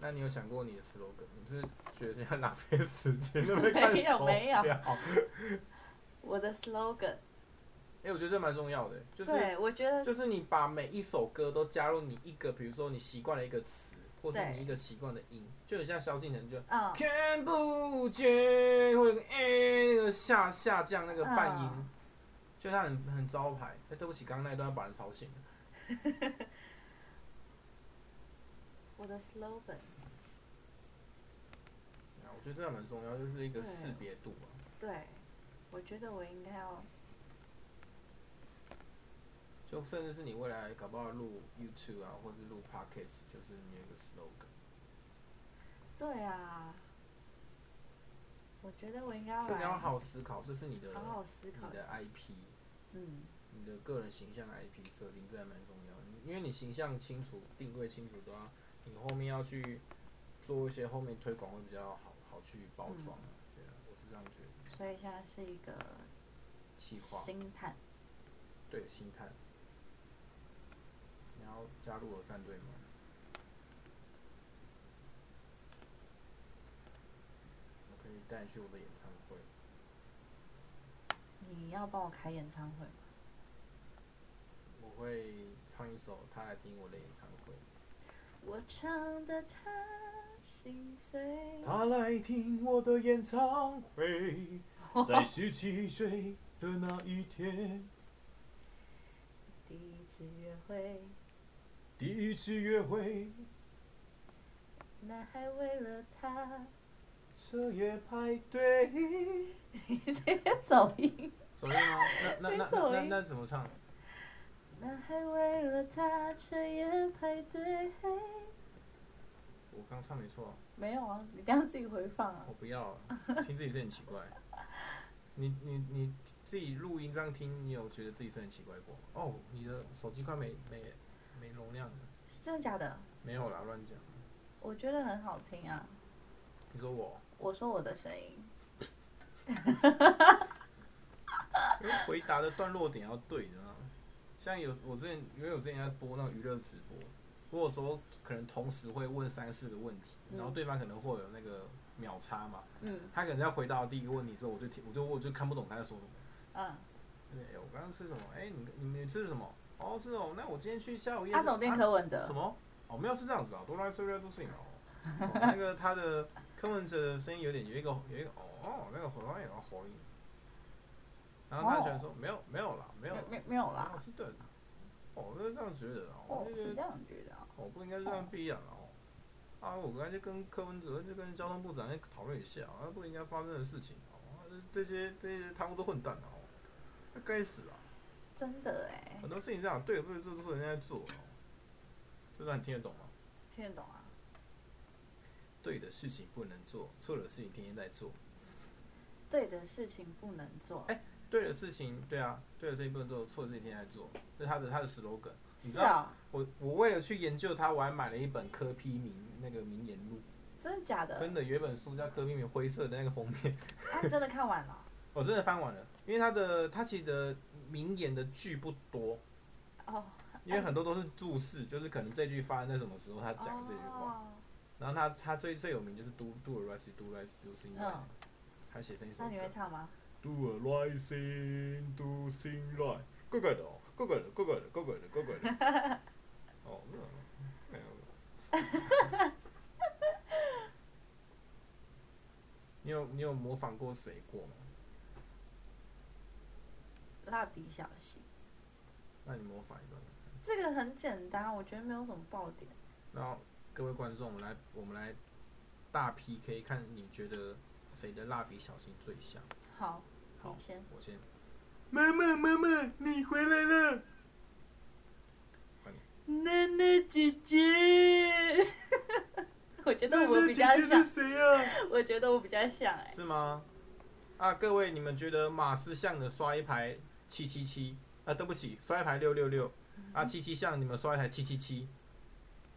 Speaker 2: 那你有想过你的 slogan？你是觉得这样浪费时 间，对不对？看
Speaker 1: 没有
Speaker 2: 手
Speaker 1: 没有
Speaker 2: 表哎、
Speaker 1: 我的 slogan，
Speaker 2: 我觉得这蛮重要的，就是
Speaker 1: 对我觉得
Speaker 2: 就是你把每一首歌都加入你一个，比如说你习惯了一个词，或是
Speaker 1: 对
Speaker 2: 你一个习惯的音，就很像萧敬腾就
Speaker 1: 嗯，
Speaker 2: 看不见，或者哎那个下下降那个半音，
Speaker 1: 嗯
Speaker 2: 就他很很招牌。哎、对不起，刚刚那一段把人吵醒了。
Speaker 1: 我的 slogan，
Speaker 2: 啊我觉得这还蛮重要，就是一个
Speaker 1: 对
Speaker 2: 识别度啊嘛。
Speaker 1: 对，我觉得我应该要，
Speaker 2: 就甚至是你未来搞不好录 YouTube 啊，或是录 Podcast，就是你有一个 slogan，
Speaker 1: 对啊，我觉得我应该要
Speaker 2: 所以你
Speaker 1: 来
Speaker 2: 要
Speaker 1: 好
Speaker 2: 好好思考，这是你的
Speaker 1: 好思考
Speaker 2: 你，的 IP，
Speaker 1: 嗯，
Speaker 2: 你的个人形象 IP 设定，这还蛮重要的。因为你形象清楚、定位清楚的话，你后面要去做一些后面推广会比较好好去包装啊。对啊，我是这样觉得。
Speaker 1: 所以现在是一个
Speaker 2: 企划
Speaker 1: 星探，
Speaker 2: 对心态，你要加入我战队吗？我可以带你去我的演唱会。
Speaker 1: 你要帮我开演唱会吗？
Speaker 2: 我会唱一首他来听我的演唱会。
Speaker 1: 我唱的他心碎，
Speaker 2: 他来听我的演唱会，在十七岁的那一天，
Speaker 1: 第一次约会。
Speaker 2: 第一次约会，
Speaker 1: 男孩为了 她，
Speaker 2: 彻夜排队。
Speaker 1: 走音。
Speaker 2: 走音吗？那那那那
Speaker 1: 走
Speaker 2: 那
Speaker 1: 音
Speaker 2: 那怎么唱？
Speaker 1: 男孩为了她彻夜排队。
Speaker 2: 我刚唱没错，
Speaker 1: 没有啊，你刚刚自己回放啊
Speaker 2: 我。不要了，听自己是很奇怪。你你你自己录音这样听，你有觉得自己是很奇怪过吗？哦，你的手机快没没没容量了，
Speaker 1: 是真的假的？
Speaker 2: 没有啦，乱讲。
Speaker 1: 我觉得很好听啊。
Speaker 2: 你说我，
Speaker 1: 我说我的声音，
Speaker 2: 因为回答的段落点要对，你知道吗？像有我之前，因为我之前在播那种娱乐直播，我有时候可能同时会问三四个问题，
Speaker 1: 嗯
Speaker 2: 然后对方可能会有那个秒差嘛，
Speaker 1: 嗯
Speaker 2: 他可能在回答我第一个问题之后，我就听，我就我就看不懂他在说什么。
Speaker 1: 嗯，
Speaker 2: 对，哎我刚刚吃什么？哎、你你你吃什么？哦，是哦，那我今天去下午夜市。
Speaker 1: 他总
Speaker 2: 啊
Speaker 1: 变柯文
Speaker 2: 什
Speaker 1: 哲，
Speaker 2: 么？哦，没有是这样子啊，哆啦 A 梦都是你哦。哦那个他的柯文哲的声音有点有一个有一个哦哦，那个喉咙有个喉音。然后他居然说、没有没有啦，没有
Speaker 1: 哦
Speaker 2: 啊
Speaker 1: 没
Speaker 2: 啦
Speaker 1: 没没有啦
Speaker 2: 没有。是对的。哦，我是这样觉得的哦，
Speaker 1: 哦，
Speaker 2: 我就是觉
Speaker 1: 这
Speaker 2: 得
Speaker 1: 样觉得啊。
Speaker 2: 我不应该这样逼养哦。啊，我刚才就跟柯文哲就跟交通部长在讨论一下、啊，不应该发生的事情哦，啊这这些这些贪污都混蛋哦，那该死啊！
Speaker 1: 真的哎，
Speaker 2: 很多事情这样对不对，这都是人家在做哦。这段你听得懂吗？
Speaker 1: 听得懂啊？
Speaker 2: 对的事情不能做，错的事情天天在做。
Speaker 1: 对的事情不能做。
Speaker 2: 哎对的事情，对啊，对的事情不能做，错的事情天天在做，这是他的他的 slogan。你
Speaker 1: 是
Speaker 2: 知道，
Speaker 1: 啊，
Speaker 2: 我我为了去研究它，我还买了一本柯批明那个名言录，
Speaker 1: 真的假的？
Speaker 2: 真的有一本书叫《柯批明灰色的那个封面》，
Speaker 1: 啊，你真的看完了？
Speaker 2: 我真的翻完了，因为他的他其实的名言的句不多，
Speaker 1: 哦，
Speaker 2: 因为很多都是注释，就是可能这句发生在什么时候，他讲这句话。
Speaker 1: 哦
Speaker 2: 然后他他最最有名就是 Do Do a rising Do rising Do sing right，
Speaker 1: 嗯，
Speaker 2: e，他写成一首
Speaker 1: 那你会
Speaker 2: 歌
Speaker 1: 唱吗？
Speaker 2: Do a rising Do sing right，怪怪的哦，怪怪的，怪怪的，怪怪的，怪怪的。哦，这种没有。 你有你有模仿过谁过吗？
Speaker 1: 蜡笔小新，
Speaker 2: 那你模仿一段。
Speaker 1: 这个很简单，我觉得没有什么爆点。
Speaker 2: 然后各位观众，我们来我们来大 PK，看你觉得谁的蜡笔小新最像？
Speaker 1: 好，
Speaker 2: 好
Speaker 1: 你先。
Speaker 2: 我先。妈妈妈妈，你回来了！
Speaker 1: 娜娜姐 姐，我觉得我比较像，
Speaker 2: 谁啊？
Speaker 1: 我觉得我比较像哎、
Speaker 2: 是吗？啊，各位，你们觉得马斯像的刷一排七七七啊？对不起，刷一排六六六啊，七七像你们刷一排七七七。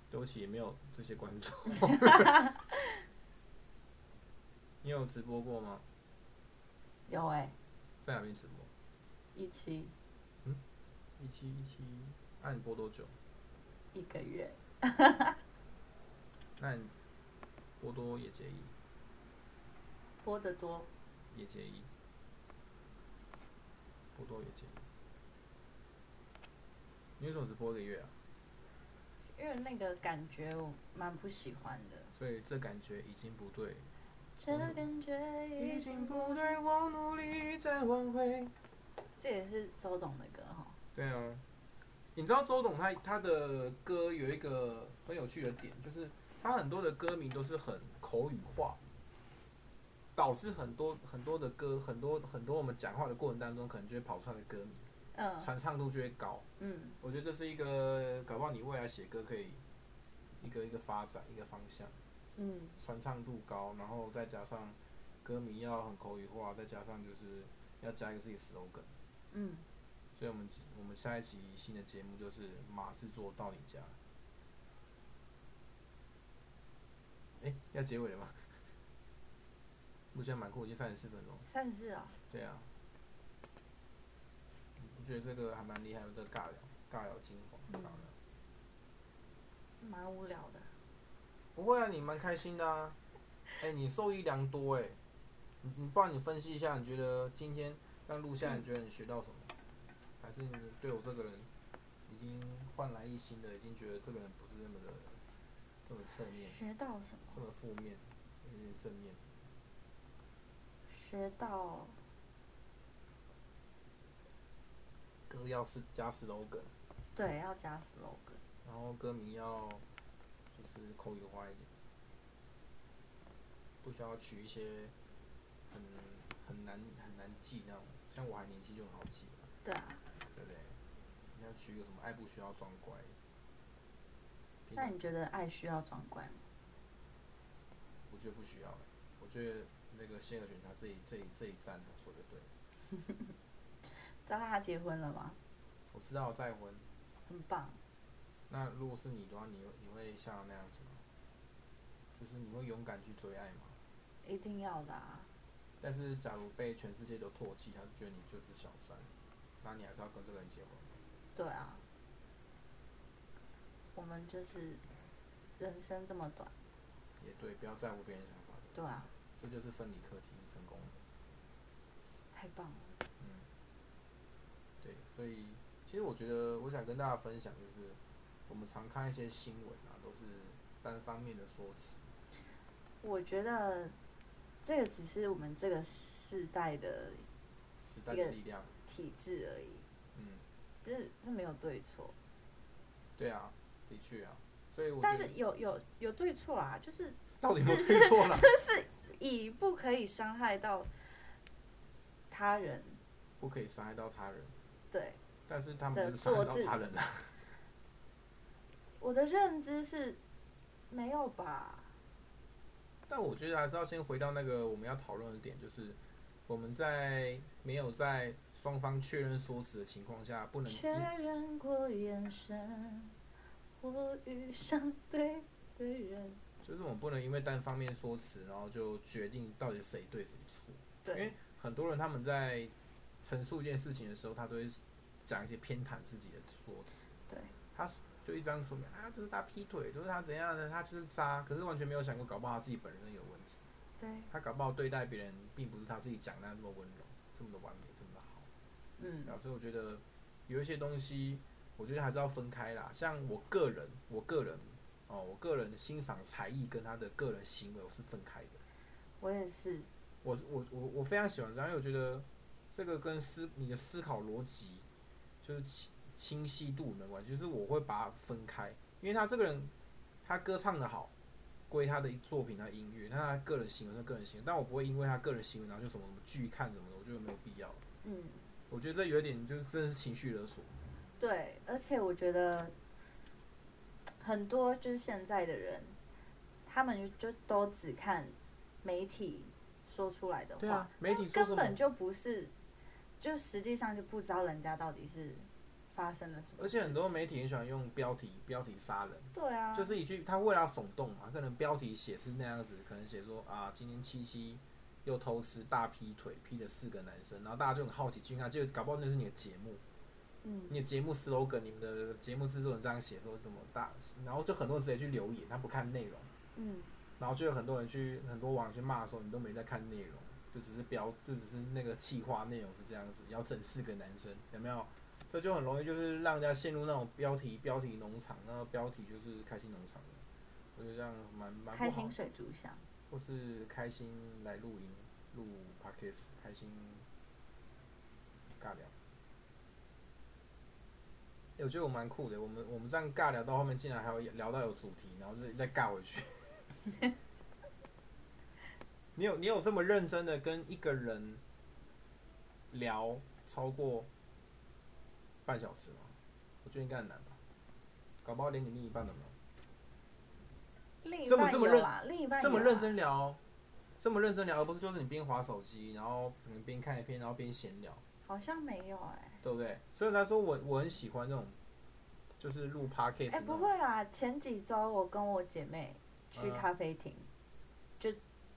Speaker 2: 对不起，没有这些观众。你有直播过吗？
Speaker 1: 有哎、
Speaker 2: 在哪边直播？
Speaker 1: 一期
Speaker 2: 一期一期，那你播多久？
Speaker 1: 一个月，
Speaker 2: 那你播多也介意，
Speaker 1: 播得多，
Speaker 2: 也介意，播多也介意。你为什么只播一个月啊？
Speaker 1: 因为那个感觉我蛮不喜欢的。
Speaker 2: 所以这感觉已经不对，
Speaker 1: 这感觉已经不，
Speaker 2: 不对，我努力在挽回。
Speaker 1: 这也是周董的歌哈。
Speaker 2: 对啊，你知道周董他他的歌有一个很有趣的点，就是他很多的歌名都是很口语化，导致很多很多的歌，很多很多我们讲话的过程当中，可能就会跑出来的歌名，
Speaker 1: 嗯
Speaker 2: 传唱度就会高。
Speaker 1: 嗯，
Speaker 2: 我觉得这是一个，搞不好你未来写歌可以一个一个发展一个方向，
Speaker 1: 嗯，
Speaker 2: 传唱度高，然后再加上歌名要很口语化，再加上就是要加一个自己 slogan。
Speaker 1: 嗯，
Speaker 2: 所以我们集我们下一期新的节目就是马是做到你家。哎、要结尾了吗？我觉得蛮酷，已经三十四分钟了。
Speaker 1: 三十四啊，
Speaker 2: 对啊，我觉得这个还蛮厉害的，这个尬聊尬聊精华
Speaker 1: 嗯
Speaker 2: 尬聊。
Speaker 1: 蛮无聊的。
Speaker 2: 不会啊，你蛮开心的啊。哎、你受益良多哎、你你帮你分析一下，你觉得今天让录下来，你觉得你学到什么？还是你对我这个人已经焕然一新的，已经觉得这个人不是那么的这么侧面，
Speaker 1: 学到什么？
Speaker 2: 这么负面，有点正面。
Speaker 1: 学到
Speaker 2: 歌要是加 slogan，
Speaker 1: 对要加 slogan，
Speaker 2: 然后歌名要就是口语化一点，不需要取一些很很难很难记那种，像我还年轻就很好记。
Speaker 1: 对啊。
Speaker 2: 对不对？你要取一个什么爱不需要装乖。平
Speaker 1: 那
Speaker 2: 常
Speaker 1: 你觉得爱需要装乖吗？
Speaker 2: 我觉得不需要、我觉得那个谢和弦他这一这一这一站他说的对，
Speaker 1: 知道他结婚了吗？
Speaker 2: 我知道我再婚。
Speaker 1: 很棒，
Speaker 2: 那如果是你的话，你会你会像那样子吗？就是你会勇敢去追爱吗？
Speaker 1: 一定要的啊。
Speaker 2: 但是假如被全世界都唾弃，他就觉得你就是小三，那你还是要跟这个人结婚吗？
Speaker 1: 对啊，我们就是人生这么短，
Speaker 2: 也对，不要在乎别人想法，
Speaker 1: 对啊，
Speaker 2: 这就是分离课题成功了。
Speaker 1: 太棒了。
Speaker 2: 嗯，对，所以其实我觉得我想跟大家分享，就是我们常看一些新闻啊，都是单方面的说辞。
Speaker 1: 我觉得这个只是我们这个世代的
Speaker 2: 时代的力量，
Speaker 1: 体制而已，
Speaker 2: 嗯，
Speaker 1: 这这没有对错。
Speaker 2: 对啊，的确啊，所以我
Speaker 1: 但
Speaker 2: 觉得
Speaker 1: 是有有有对错啊， 就是
Speaker 2: 到底有没有对错啦？
Speaker 1: 以不可以伤害到他人，
Speaker 2: 不可以伤害到他人，
Speaker 1: 对
Speaker 2: 但是他们
Speaker 1: 的
Speaker 2: 就是伤害
Speaker 1: 错
Speaker 2: 到
Speaker 1: 字
Speaker 2: 他人了。
Speaker 1: 我的认知是没有吧？
Speaker 2: 但我觉得还是要先回到那个我们要讨论的点，就是我们在没有在双方确认说辞的情况下，不能
Speaker 1: 确认过眼神，我遇上对的人。
Speaker 2: 就是我们不能因为单方面说辞，然后就决定到底谁对谁错。因为
Speaker 1: 对，
Speaker 2: 很多人他们在陈述一件事情的时候，他都会讲一些偏袒自己的说辞。
Speaker 1: 对，
Speaker 2: 他就一张说明啊，就是他劈腿，就是他怎样的，他就是渣，可是完全没有想过，搞不好他自己本人有问题，
Speaker 1: 对，
Speaker 2: 他搞不好对待别人并不是他自己讲的那这么温柔，这么的完美，这么的好。
Speaker 1: 嗯
Speaker 2: 啊，所以我觉得有一些东西，我觉得还是要分开啦。像我个人，我个人哦，我个人欣赏才艺跟他的个人行为我是分开的。
Speaker 1: 我也是，
Speaker 2: 我是我我我非常喜欢这样，因为我觉得这个跟思你的思考逻辑就是清清晰度没关系，就是我会把它分开，因为他这个人他歌唱的好，归他的作品他的音乐，那他个人行为是个人行为，但我不会因为他个人行为然后就什么什么剧看什么的，我觉得没有必要。
Speaker 1: 嗯，
Speaker 2: 我觉得这有一点就是真的是情绪勒索。
Speaker 1: 对，而且我觉得很多就是现在的人，他们就都只看媒体说出来的话，
Speaker 2: 对啊，媒体说
Speaker 1: 根
Speaker 2: 什么
Speaker 1: 本，就不是，就实际上就不知道人家到底是发生了什么
Speaker 2: 而
Speaker 1: 事情。
Speaker 2: 且很多媒体很喜欢用标题标题杀人。
Speaker 1: 对啊，
Speaker 2: 就是一句，他为了要耸动嘛，可能标题写是那样子，可能写说啊，今天七夕又偷吃大劈腿，劈了四个男生，然后大家就很好奇去看，就搞不好那是你的节目，
Speaker 1: 嗯，
Speaker 2: 你的节目 slogan，你们的节目制作人这样写说什么大，然后就很多人直接去留言，他不看内容，
Speaker 1: 嗯，
Speaker 2: 然后就有很多人去很多网友去骂说你都没在看内容，就只是标，就只是那个气话内容是这样子，要整四个男生，有没有？这就很容易就是让人家陷入那种标题标题农场，那个标题就是开心农场的，我觉得这样蛮蛮
Speaker 1: 开
Speaker 2: 不好
Speaker 1: 心，水族箱，
Speaker 2: 或是开心来录音录 podcast，开心尬聊。欸我觉得我蛮酷的，我们我们这样尬聊到后面，竟然还有聊到有主题，然后再再尬回去。你有你有这么认真的跟一个人聊超过半小时吗？我觉得应该很难吧，搞不好连你另一半都没有。
Speaker 1: 另一
Speaker 2: 这么
Speaker 1: 半
Speaker 2: 这么
Speaker 1: 有
Speaker 2: 认
Speaker 1: 啦，另一半
Speaker 2: 这么
Speaker 1: 有
Speaker 2: 认
Speaker 1: 啦，
Speaker 2: 真聊哦，这么认真聊，而不是就是你边划手机，然后可能边看一篇，然后边闲聊，
Speaker 1: 好像没有哎、
Speaker 2: 对不对？所以他说我我很喜欢这种，就是录 podcast
Speaker 1: 哎、
Speaker 2: 那
Speaker 1: 不
Speaker 2: 种。
Speaker 1: 会啦，前几周我跟我姐妹去
Speaker 2: 嗯
Speaker 1: 咖啡厅，就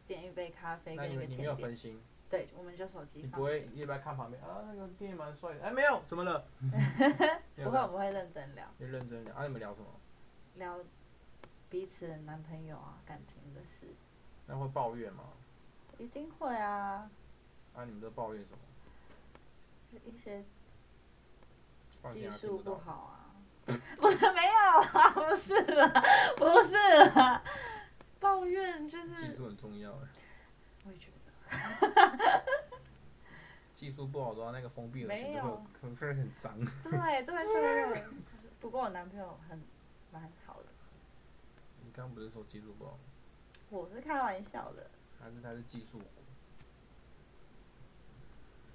Speaker 1: 点一杯咖啡
Speaker 2: 那
Speaker 1: 跟
Speaker 2: 你
Speaker 1: 一个
Speaker 2: 们你没有
Speaker 1: 甜点，
Speaker 2: 分心，
Speaker 1: 对，我们就手机
Speaker 2: 你
Speaker 1: 放
Speaker 2: 不
Speaker 1: 着。
Speaker 2: 会一边看旁边啊那个店蛮帅的，哎没有，怎么了？没
Speaker 1: 不会，
Speaker 2: 有
Speaker 1: 我
Speaker 2: 吧，
Speaker 1: 们会认真聊
Speaker 2: 你认真聊啊？你们聊什么？
Speaker 1: 聊彼此的男朋友啊、感情的事，
Speaker 2: 那会抱怨吗？
Speaker 1: 一定会啊，
Speaker 2: 啊，你们都抱怨什么？
Speaker 1: 就是一些
Speaker 2: 放
Speaker 1: 技
Speaker 2: 心啊，听
Speaker 1: 术
Speaker 2: 不到
Speaker 1: 不。好啊， 不是没有啦，不是啦，不是啦，抱怨就
Speaker 2: 技
Speaker 1: 是
Speaker 2: 术很重要，哎
Speaker 1: 我也觉得
Speaker 2: 技术不好的话，那个封闭的
Speaker 1: 没
Speaker 2: 全
Speaker 1: 有
Speaker 2: 都会有可能会很脏。
Speaker 1: 对对对对，不过我男朋友很蛮好的，
Speaker 2: 你刚刚不是说技术不好吗？
Speaker 1: 我是开玩笑的，
Speaker 2: 还是他是技术股？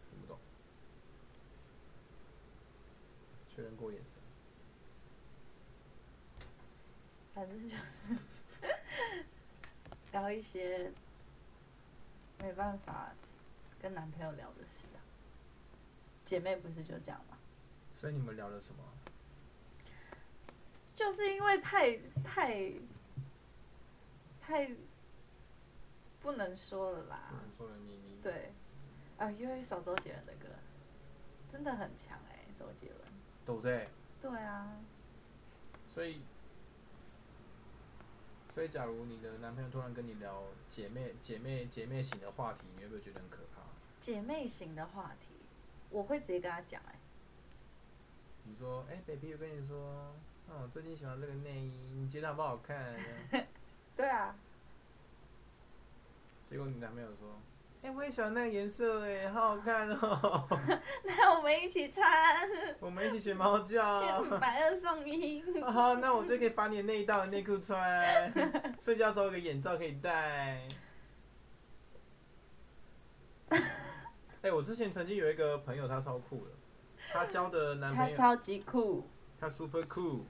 Speaker 2: 听不懂。确认过眼神。
Speaker 1: 反正就是聊一些没办法跟男朋友聊的事啊，姐妹不是就这样吗？
Speaker 2: 所以你们聊了什么？
Speaker 1: 就是因为太太太不能说了啦
Speaker 2: 不。能说了你你
Speaker 1: 对，啊，又一首周杰伦的歌，真的很强哎、周杰伦。
Speaker 2: 对不对？
Speaker 1: 对啊，
Speaker 2: 欸所以，所以假如你的男朋友突然跟你聊姐妹姐妹姐妹型的话题，你会不会觉得很可怕？
Speaker 1: 姐妹型的话题，我会直接跟她讲哎、
Speaker 2: 你说，哎、b a b y 我跟你说，嗯，我最近喜欢这个内衣，你觉得好不好看？
Speaker 1: 对啊，
Speaker 2: 结果你男朋友说，哎、我也喜欢那个颜色，哎，好好看哦，
Speaker 1: 那我们一起穿，
Speaker 2: 我们一起学猫叫。
Speaker 1: 买二送一。
Speaker 2: 啊，那我就可以把你的内衣当成内裤穿，睡觉的时候有个眼罩可以戴。哎、我之前曾经有一个朋友，他超酷的，他交的男
Speaker 1: 她
Speaker 2: 朋友，他
Speaker 1: 超级酷，
Speaker 2: super cool，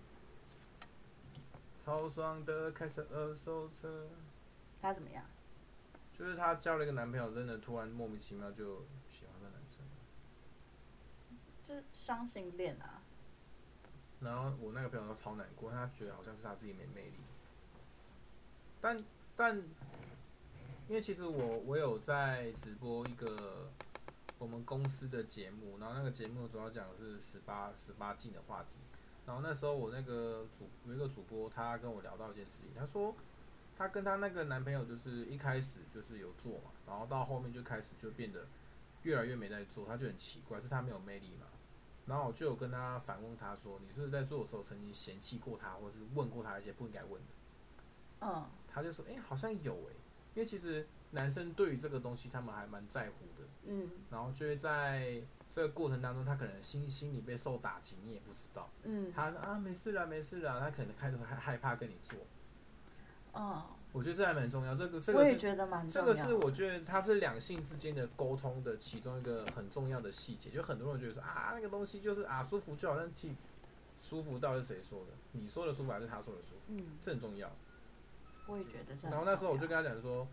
Speaker 2: 超爽的开着二手车。
Speaker 1: 她怎么样？
Speaker 2: 就是他交了一个男朋友，真的突然莫名其妙就喜欢上男生。
Speaker 1: 就是双性恋啊，
Speaker 2: 然后我那个朋友都超难过，他觉得好像是他自己没魅力。但但，因为其实我我有在直播一个我们公司的节目，然后那个节目主要讲的是十八十八禁的话题。然后那时候我那个主有一个主播，他跟我聊到一件事情，他说他跟他那个男朋友就是一开始就是有做嘛，然后到后面就开始就变得越来越没在做，他就很奇怪，是他没有魅力嘛。然后我就有跟他反问他说，你是不是在做的时候曾经嫌弃过他，或是问过他一些不应该问的？
Speaker 1: 嗯，
Speaker 2: 他就说，哎、好像有哎、因为其实男生对于这个东西他们还蛮在乎的，
Speaker 1: 嗯
Speaker 2: 然后就会在这个过程当中，他可能心心里被受打击，你也不知道。
Speaker 1: 嗯
Speaker 2: 他啊没事啦没事啦，他可能开始害害怕跟你做。
Speaker 1: 嗯，
Speaker 2: 我觉得这还蛮重要，这个这
Speaker 1: 我
Speaker 2: 个
Speaker 1: 也
Speaker 2: 是
Speaker 1: 觉得蛮
Speaker 2: 这
Speaker 1: 重要
Speaker 2: 个
Speaker 1: 的。
Speaker 2: 是我觉得它是两性之间的沟通的其中一个很重要的细节。就很多人觉得说啊那个东西就是啊舒服就好，但其实舒服到底是谁说的？你说的舒服还是他说的舒服？
Speaker 1: 嗯，
Speaker 2: 这很重要。
Speaker 1: 我也觉得这样。
Speaker 2: 然后那时候我就跟他讲说，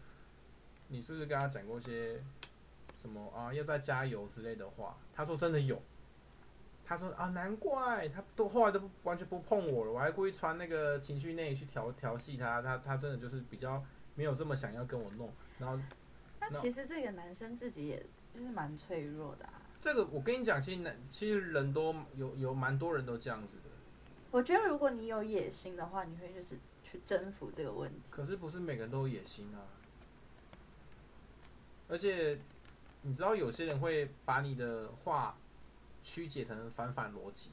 Speaker 2: 你是不是跟他讲过一些什么啊，要再加油之类的话？他说真的有。他说啊，难怪他都后来都不完全不碰我了，我还故意穿那个情趣内衣去调调戏他，他他真的就是比较没有这么想要跟我弄。然后
Speaker 1: 那其实这个男生自己也就是蛮脆弱的啊。
Speaker 2: 这个我跟你讲，其实男其实人都有有蛮多人都这样子的，
Speaker 1: 我觉得如果你有野心的话，你会就是去征服这个问题。
Speaker 2: 可是不是每个人都有野心啊。而且你知道有些人会把你的话曲解成反反逻辑，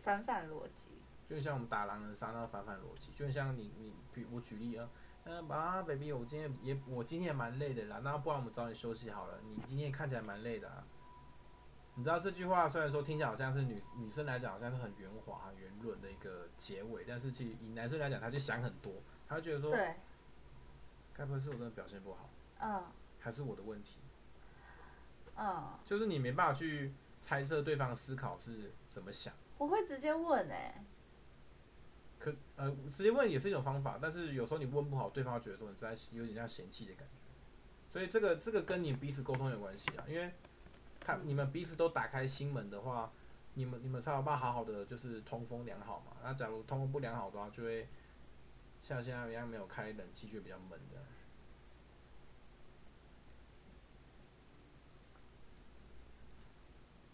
Speaker 1: 反反逻辑，
Speaker 2: 就像我们打狼人杀那个反反逻辑，就像你你比我举例啊，嗯、啊，baby，我今天也我今天也蛮累的啦，那不然我们早点休息好了。你今天看起来蛮累的啊。你知道这句话虽然说听起来好像是女女生来讲好像是很圆滑、很圆润的一个结尾，但是其实以男生来讲，他就想很多，他会觉得说，
Speaker 1: 对，
Speaker 2: 该不会是我真的表现不好，
Speaker 1: 嗯
Speaker 2: 还是我的问题？
Speaker 1: 嗯，
Speaker 2: 就是你没办法去猜测对方思考是怎么想。
Speaker 1: 我会直接问哎、
Speaker 2: 可呃，直接问也是一种方法，但是有时候你问不好，对方会觉得说你在有点像嫌弃的感觉。所以这个这个跟你彼此沟通有关系啊，因为他你们彼此都打开心门的话，你们你们才有办法好好的就是通风良好嘛。那假如通风不良好的话，就会像现在一样没有开冷气，就比较闷的。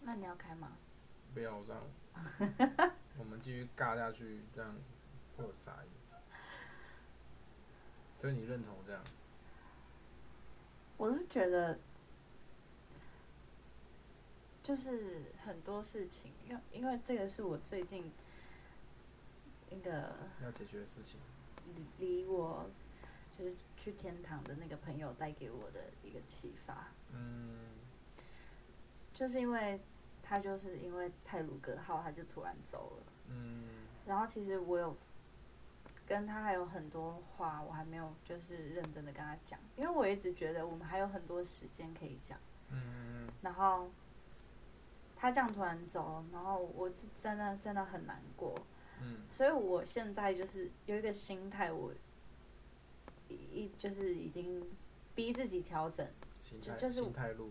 Speaker 1: 那你要开吗？
Speaker 2: 不要这样，我们继续尬下去，这样会有杂音。所以你认同这样？
Speaker 1: 我是觉得，就是很多事情，因为因为这个是我最近那个
Speaker 2: 要解决的事情，
Speaker 1: 离离我就是去天堂的那个朋友带给我的一个启发，
Speaker 2: 嗯，
Speaker 1: 就是因为他就是因为泰鲁格号，他就突然走了。
Speaker 2: 嗯
Speaker 1: 然后其实我有跟他还有很多话，我还没有就是认真的跟他讲，因为我一直觉得我们还有很多时间可以讲。
Speaker 2: 嗯
Speaker 1: 然后他这样突然走，然后我是真的真的很难过。
Speaker 2: 嗯
Speaker 1: 所以我现在就是有一个心态，我一一就是已经逼自己调整，
Speaker 2: 心
Speaker 1: 就
Speaker 2: 态
Speaker 1: 就是
Speaker 2: 心态路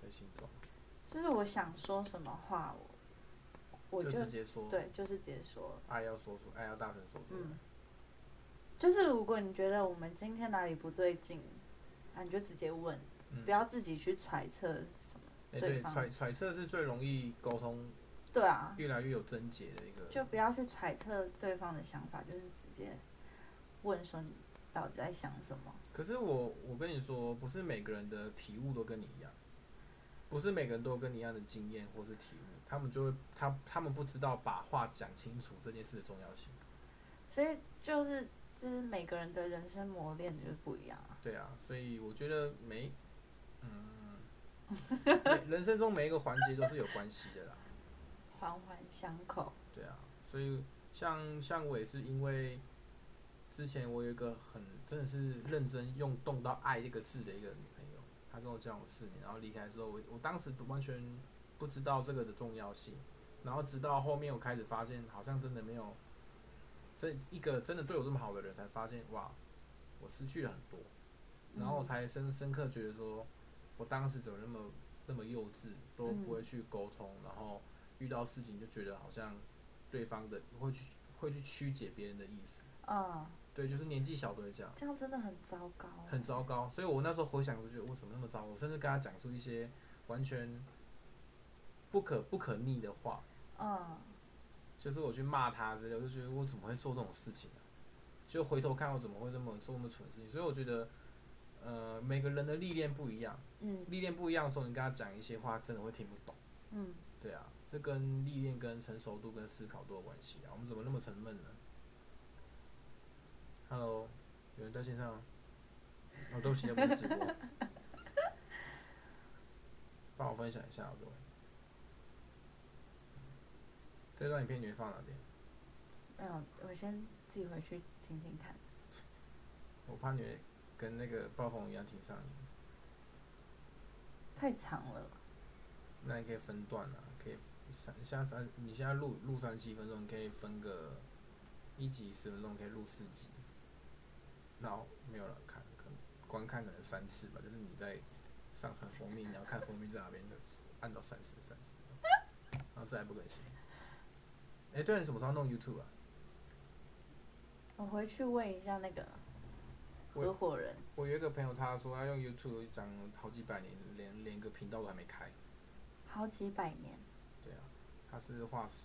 Speaker 2: 的形状，
Speaker 1: 就是我想说什么话，我我
Speaker 2: 就
Speaker 1: 就
Speaker 2: 直接说，
Speaker 1: 对，就是直接说。
Speaker 2: 爱要说出，爱要大声说出来，
Speaker 1: 嗯就是如果你觉得我们今天哪里不对劲，啊，你就直接问，
Speaker 2: 嗯
Speaker 1: 不要自己去揣测什么。
Speaker 2: 哎、
Speaker 1: 对
Speaker 2: 对，
Speaker 1: 方
Speaker 2: 揣揣测是最容易沟通
Speaker 1: 对啊，
Speaker 2: 越来越有症结的一个，
Speaker 1: 就不要去揣测对方的想法，就是直接问说你到底在想什么。
Speaker 2: 可是我我跟你说，不是每个人的体悟都跟你一样，不是每个人都有跟你一样的经验或是体悟，他们就会他他们不知道把话讲清楚这件事的重要性。
Speaker 1: 所以就是，就是每个人的人生磨练就是不一样啊。
Speaker 2: 对啊，所以我觉得每嗯每人生中每一个环节都是有关系的啦。
Speaker 1: 环环相扣。
Speaker 2: 对啊，所以像像我也是因为之前我有一个很真的是认真用动到“爱”这个字的一个女朋友，她跟我交往四年，然后离开之后，我我当时完全不知道这个的重要性，然后直到后面我开始发现，好像真的没有这一个真的对我这么好的人，才发现哇，我失去了很多，然后我才深深刻觉得说，我当时怎么那么这么幼稚，都不会去沟通，然后遇到事情就觉得好像对方的会去会去曲解别人的意思，
Speaker 1: 嗯，
Speaker 2: 对，就是年纪小都会这样，
Speaker 1: 这样真的很糟糕。
Speaker 2: 很糟糕。所以我那时候回想，我就觉得我怎么那么糟，我甚至跟他讲出一些完全不可不可逆的话，
Speaker 1: 嗯，
Speaker 2: 就是我去骂他之类，我就觉得我怎么会做这种事情、啊、就回头看我怎么会这么做那么蠢的事情，所以我觉得，呃，每个人的历练不一样，
Speaker 1: 嗯
Speaker 2: 历练不一样的时候，你跟他讲一些话，真的会听不懂。
Speaker 1: 嗯，
Speaker 2: 对啊，这跟历练、跟成熟度、跟思考都有关系啊。我们怎么那么沉闷呢？Hello，有人在线上？哦，对不起，这不是直播。帮我分享一下，各位。这段影片你会放哪边？
Speaker 1: 没有，我先自己回去听听看。
Speaker 2: 我怕你会跟那个暴风雨一样挺上瘾。
Speaker 1: 太长了，
Speaker 2: 那你可以分段啊，可以三下三，你现在录录三七分钟，你可以分个一集十分钟，可以录四集。那没有人看，可能观看可能三次吧，就是你在上传封面，你要看封面在哪边，就按到三次三次，然后再也不更新。哎、对，你什么时候要弄 YouTube 啊？
Speaker 1: 我回去问一下那个
Speaker 2: 我
Speaker 1: 合伙人。
Speaker 2: 我有一个朋友，他说他用 YouTube 讲好几百年，连连个频道都还没开。
Speaker 1: 好几百年，
Speaker 2: 对啊，他是化石。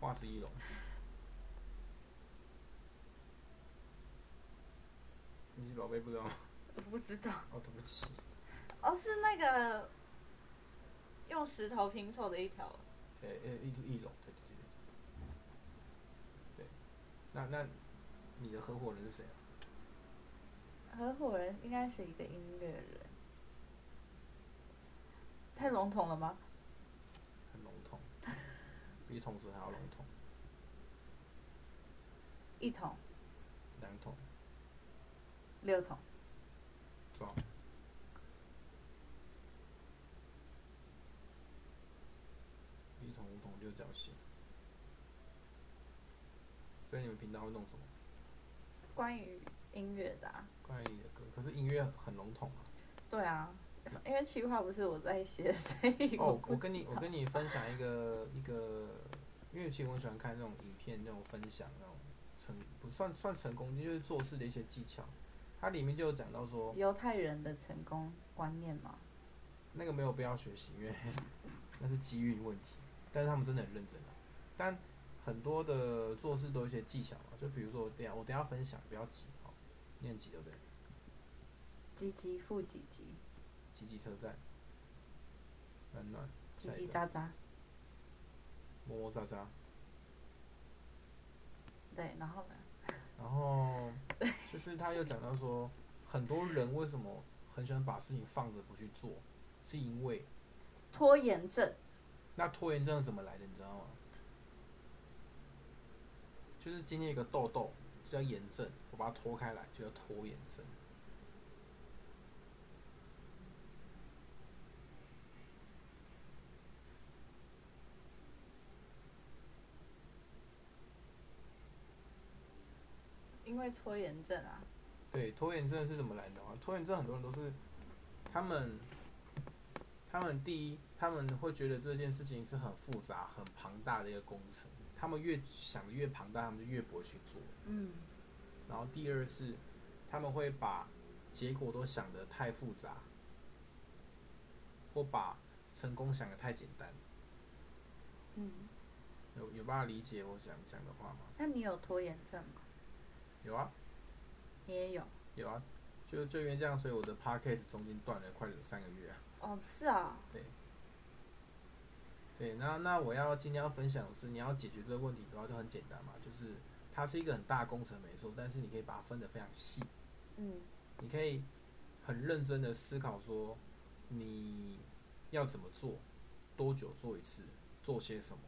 Speaker 2: 化石一龙。神奇宝贝不知道吗？
Speaker 1: 我不知道。
Speaker 2: 哦，对不起，
Speaker 1: 哦，是那个用石头拼凑的一条。
Speaker 2: 呃、呃，一只翼龙，对对对对。对，那那你的合伙人是谁啊？
Speaker 1: 合伙人应该是一个音乐人，太笼统了吗？
Speaker 2: 很笼统， 比同时还要笼统，
Speaker 1: 一桶、
Speaker 2: 两桶，
Speaker 1: 六桶，
Speaker 2: 撞。一桶五桶六角形。所以你们频道会弄什么？
Speaker 1: 关于音乐的、啊。
Speaker 2: 关于你的歌，可是音乐很笼统啊。
Speaker 1: 对啊，因为企划不是我在写，所以
Speaker 2: 哦，
Speaker 1: 不
Speaker 2: 我跟你我跟你分享一个一个，因为其实我很喜欢看那种影片，那种分享那种成不算算成功，就是做事的一些技巧。它里面就有讲到说，
Speaker 1: 犹太人的成功观念嘛。
Speaker 2: 那个没有必要学习，因为 那是机遇问题。但是他们真的很认真啊。但很多的做事都有一些技巧啊嘛，就比如说我等一下我等一下分享，不要急哦，念急对不对？
Speaker 1: 唧唧复唧唧，
Speaker 2: 急急车站，暖暖，
Speaker 1: 叽
Speaker 2: 下一
Speaker 1: 叽
Speaker 2: 个
Speaker 1: 喳喳，
Speaker 2: 么么喳喳，
Speaker 1: 对，然后呢？
Speaker 2: 然后就是他又讲到说，很多人为什么很喜欢把事情放着不去做，是因为
Speaker 1: 拖延症，
Speaker 2: 那拖延症怎么来的，你知道吗？就是今天有个痘痘，就叫炎症，我把它拖开来，就叫拖延症。
Speaker 1: 因为拖延症啊。
Speaker 2: 对，拖延症是怎么来的啊？拖延症很多人都是，他们，他们第一，他们会觉得这件事情是很复杂、很庞大的一个工程，他们越想的越庞大，他们就越不会去做。
Speaker 1: 嗯
Speaker 2: 然后第二是，他们会把结果都想得太复杂，或把成功想得太简单。
Speaker 1: 嗯，
Speaker 2: 有有办法理解我想讲的话吗？
Speaker 1: 那你有拖延症吗？
Speaker 2: 有啊，
Speaker 1: 你也有。
Speaker 2: 有啊，就就因为这样，所以我的 podcast 中间断了快三个月啊。
Speaker 1: 哦，是啊，
Speaker 2: 对，那那我要今天要分享的是，你要解决这个问题的话就很简单嘛，就是它是一个很大的工程没错，但是你可以把它分得非常细，
Speaker 1: 嗯
Speaker 2: 你可以很认真的思考说你要怎么做，多久做一次，做些什么，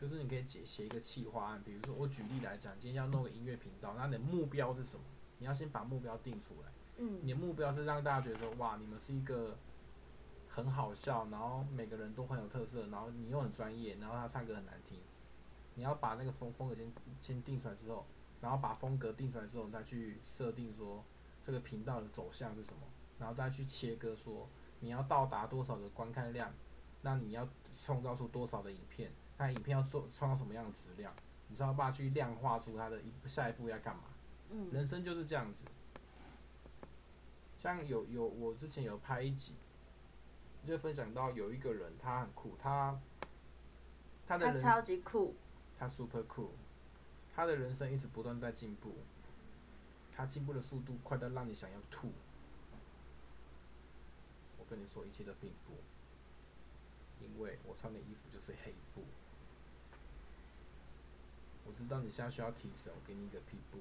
Speaker 2: 就是你可以解写一个企划案，比如说我举例来讲，今天要弄个音乐频道，那你的目标是什么？你要先把目标定出来。
Speaker 1: 嗯
Speaker 2: 你的目标是让大家觉得说，哇，你们是一个很好笑，然后每个人都很有特色，然后你又很专业，然后他唱歌很难听。你要把那个风风格先先定出来之后，然后把风格定出来之后，再去设定说这个频道的走向是什么，然后再去切割说你要到达多少的观看量，那你要创造出多少的影片，那影片要做创造什么样的质量，你知道吧？去量化出它的一下一步要干嘛。
Speaker 1: 嗯
Speaker 2: 人生就是这样子。像有有我之前有拍一集，就分享到有一个人他很酷，他他的
Speaker 1: 他
Speaker 2: 人
Speaker 1: 超级酷，
Speaker 2: 他 super cool，他的人生一直不断在进步，他进步的速度快到让你想要吐。我跟你说，一切都并不，因为我穿的衣服就是黑布。我知道你现在需要提神，我给你一个屁布。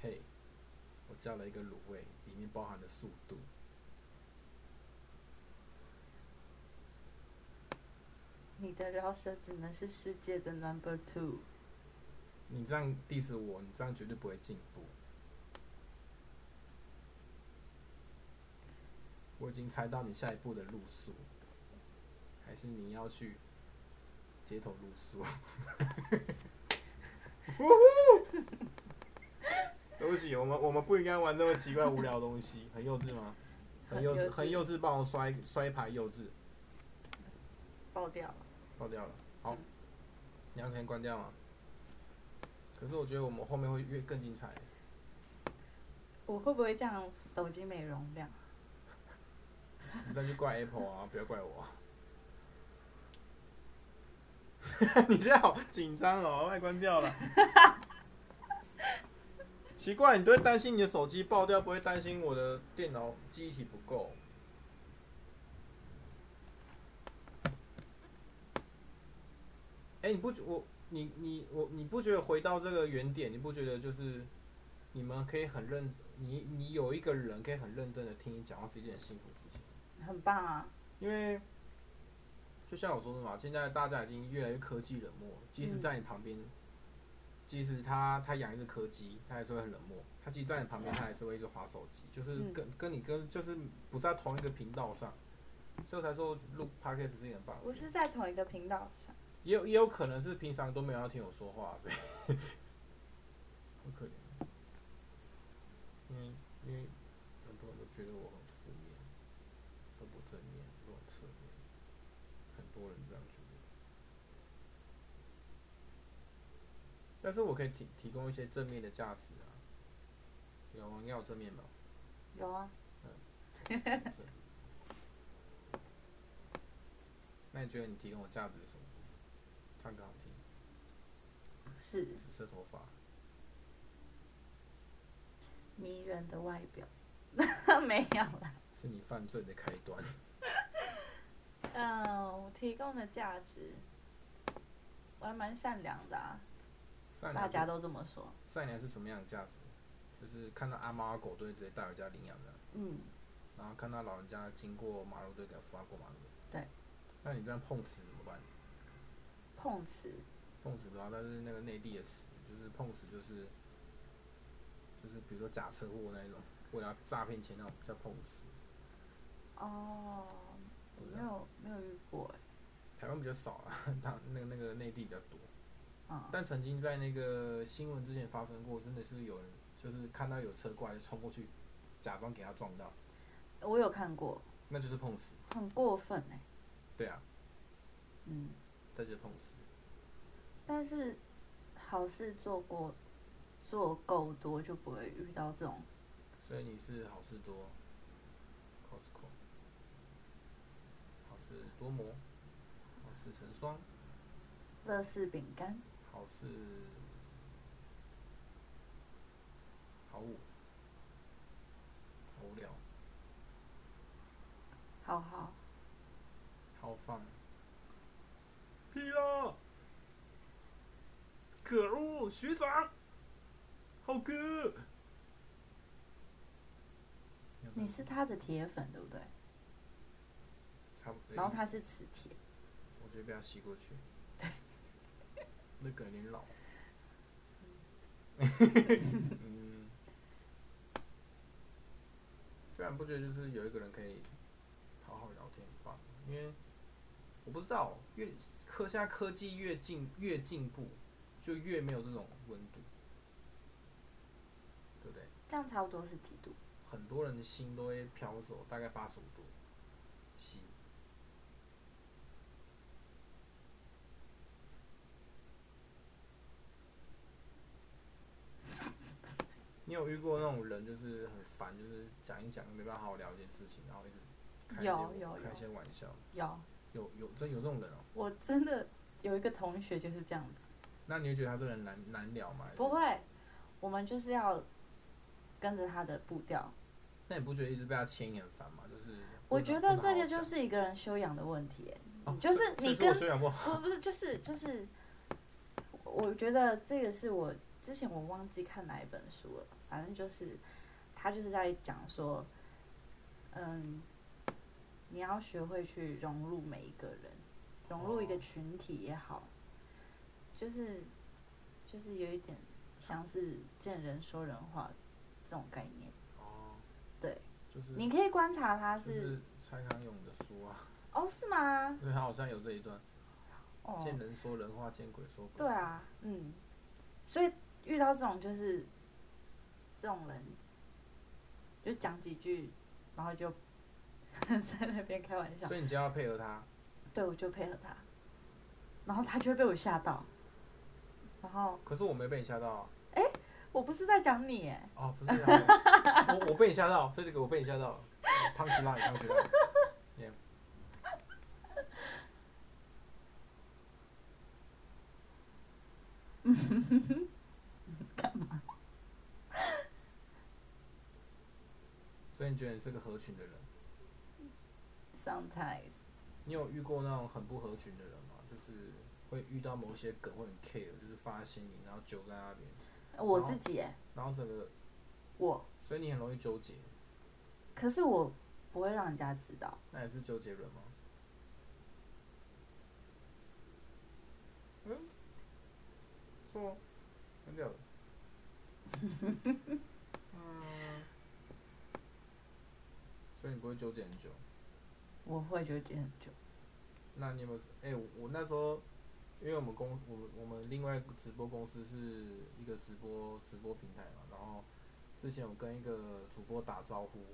Speaker 2: 嘿，我叫了一个卤味，里面包含了速度。
Speaker 1: 你的饶舌只能是世界的 number two。
Speaker 2: 你这样 diss 我，你这样绝对不会进步。我已经猜到你下一步的路数，还是你要去街头露宿？ 呜呼对不起，我们我们不应该玩这么奇怪无聊的东西，很幼稚吗？ 很幼稚，很幼稚，帮我摔摔牌幼稚，
Speaker 1: 爆掉了。
Speaker 2: 爆掉了。好，你要可以关掉吗？可是我觉得我们后面会越更精彩。
Speaker 1: 我会不会这样手机没容量？
Speaker 2: 你再去怪 Apple 啊，不要怪我啊。 你这样好紧张哦，快关掉了。奇怪，你都会担心你的手机爆掉，不会担心我的电脑记忆体不够。哎、你不觉我你你我你不觉得回到这个原点，你不觉得就是你们可以很认你你有一个人可以很认真的听你讲话是一件很幸福的事情。
Speaker 1: 很棒啊！
Speaker 2: 因为就像我说的嘛，现在大家已经越来越科技冷漠，即使在你旁边，即使他他养一只柯基，他还是会很冷漠。他即使在你旁边，他还是会一直划手机，就是
Speaker 1: 嗯
Speaker 2: 跟、跟你跟就是不在同一个频道上，所以我才说录 podcast 是一件很棒的
Speaker 1: 我
Speaker 2: 事情。
Speaker 1: 是在同一个频道上，
Speaker 2: 也有也有可能是平常都没有要听我说话，所以 好可怜。因为因为很多人都觉得我很负面，都不正面，都很侧面，很多人这样觉得。但是我可以提提供一些正面的价值啊，有吗？应该有正面吧？
Speaker 1: 有啊，
Speaker 2: 那你觉得你提供的价值是什么？唱歌好听。
Speaker 1: 是
Speaker 2: 紫色头发，
Speaker 1: 迷人的外表， 没有啦。
Speaker 2: 是你犯罪的开端。
Speaker 1: 嗯、我提供的价值，我还蛮善良的啊，
Speaker 2: 善良
Speaker 1: 大
Speaker 2: 是
Speaker 1: 家都这么说。
Speaker 2: 善良是什么样的价值？就是看到阿猫阿狗都会直接带回家领养的，
Speaker 1: 嗯，
Speaker 2: 然后看到老人家经过马路都会给他扶他啊过马路。
Speaker 1: 对。
Speaker 2: 那你这样碰瓷怎么办？
Speaker 1: 碰瓷
Speaker 2: 碰瓷的话，但是那个内地的词，就是碰瓷就是就是比如说假车祸那一种，为了要诈骗钱那种叫碰瓷。
Speaker 1: 哦，我没有没有遇过哎、
Speaker 2: 台湾比较少啊， 他那个那个内地比较多。
Speaker 1: 嗯，
Speaker 2: 但曾经在那个新闻之前发生过，真的是有人就是看到有车过来就冲过去，假装给他撞到，
Speaker 1: 我有看过，
Speaker 2: 那就是碰瓷。
Speaker 1: 很过分哎、
Speaker 2: 对啊，
Speaker 1: 嗯，
Speaker 2: 这就是碰瓷。
Speaker 1: 但是好事做过做够多就不会遇到这种
Speaker 2: 所以你是好事多，Costco，好事多磨，好事成双，
Speaker 1: 乐事饼干。
Speaker 2: 好事好五，好无聊，
Speaker 1: 好好，
Speaker 2: 好放，屁啦！可恶，学长，浩哥，
Speaker 1: 你是他的铁粉对不对？
Speaker 2: 差不多，
Speaker 1: 然后他是磁铁，
Speaker 2: 我觉得被他吸过去。对，那个有点老。嗯，虽然不觉得就是有一个人可以好好聊天很棒，因为我不知道越科现在科技越进越进步，就越没有这种温度，对不对？
Speaker 1: 这样差不多是几度？
Speaker 2: 很多人的心都会飘走，大概八十五度，西。 你有遇过那种人，就是很烦，就是讲一讲没办法好好聊一件事情，然后一直开一些
Speaker 1: 有有
Speaker 2: 开
Speaker 1: 有
Speaker 2: 一些玩笑，
Speaker 1: 有，
Speaker 2: 有有真有这种人哦。
Speaker 1: 我真的有一个同学就是这样子，
Speaker 2: 那你会觉得他这个人难难聊吗？
Speaker 1: 不会，我们就是要跟着他的步调。
Speaker 2: 那你不觉得一直被他牵引很烦吗？就是
Speaker 1: 我
Speaker 2: 不
Speaker 1: 觉
Speaker 2: 能
Speaker 1: 得
Speaker 2: 不能
Speaker 1: 这
Speaker 2: 好
Speaker 1: 个
Speaker 2: 好
Speaker 1: 就
Speaker 2: 讲
Speaker 1: 是一个人修养的问题耶，
Speaker 2: 哦
Speaker 1: 就是
Speaker 2: 所以所以
Speaker 1: 你
Speaker 2: 说我
Speaker 1: 跟
Speaker 2: 修养不好，
Speaker 1: 不不是就是就是，我觉得这个是我之前我忘记看哪一本书了，反正就是他就是在讲说，嗯，你要学会去融入每一个人，融入一个
Speaker 2: 哦
Speaker 1: 群体也好，就是就是有一点像是见人说人话这种概念。
Speaker 2: 哦，
Speaker 1: 对，
Speaker 2: 就是
Speaker 1: 你可以观察他、
Speaker 2: 就是是蔡康永的书啊，
Speaker 1: 哦是吗？
Speaker 2: 对他好像有这一段，
Speaker 1: 哦，
Speaker 2: 见人说人话，见鬼说鬼。
Speaker 1: 对，啊，嗯，所以遇到这种就是这种人，就讲几句，然后就 在那边开玩笑，
Speaker 2: 所以你就要配合他。
Speaker 1: 对我就配合他，然后他就会被我吓到，然后
Speaker 2: 可是我没被你吓到啊、
Speaker 1: 我不是在讲你哎，
Speaker 2: 哦， 不是啊，我我我被你吓到，所以这个我被你吓到了，punch line，punch line。所以你觉得你是个合群的人？
Speaker 1: ，sometimes
Speaker 2: 你有遇过那种很不合群的人吗？就是会遇到某些梗会很 care，就是发心里，然后揪在那边，
Speaker 1: 我
Speaker 2: 然后
Speaker 1: 自己哎，
Speaker 2: 然后整个，
Speaker 1: 我
Speaker 2: 所以你很容易纠结。
Speaker 1: 可是我不会让人家知道，
Speaker 2: 那也是周杰伦吗？嗯，说很 屌的。嗯，所以你不会纠结很久。
Speaker 1: 我会纠结很久，
Speaker 2: 那你有没有？哎、我我那时候，因为我们公我们我们另外一个直播公司是一个直播直播平台嘛，然后之前我跟一个主播打招呼，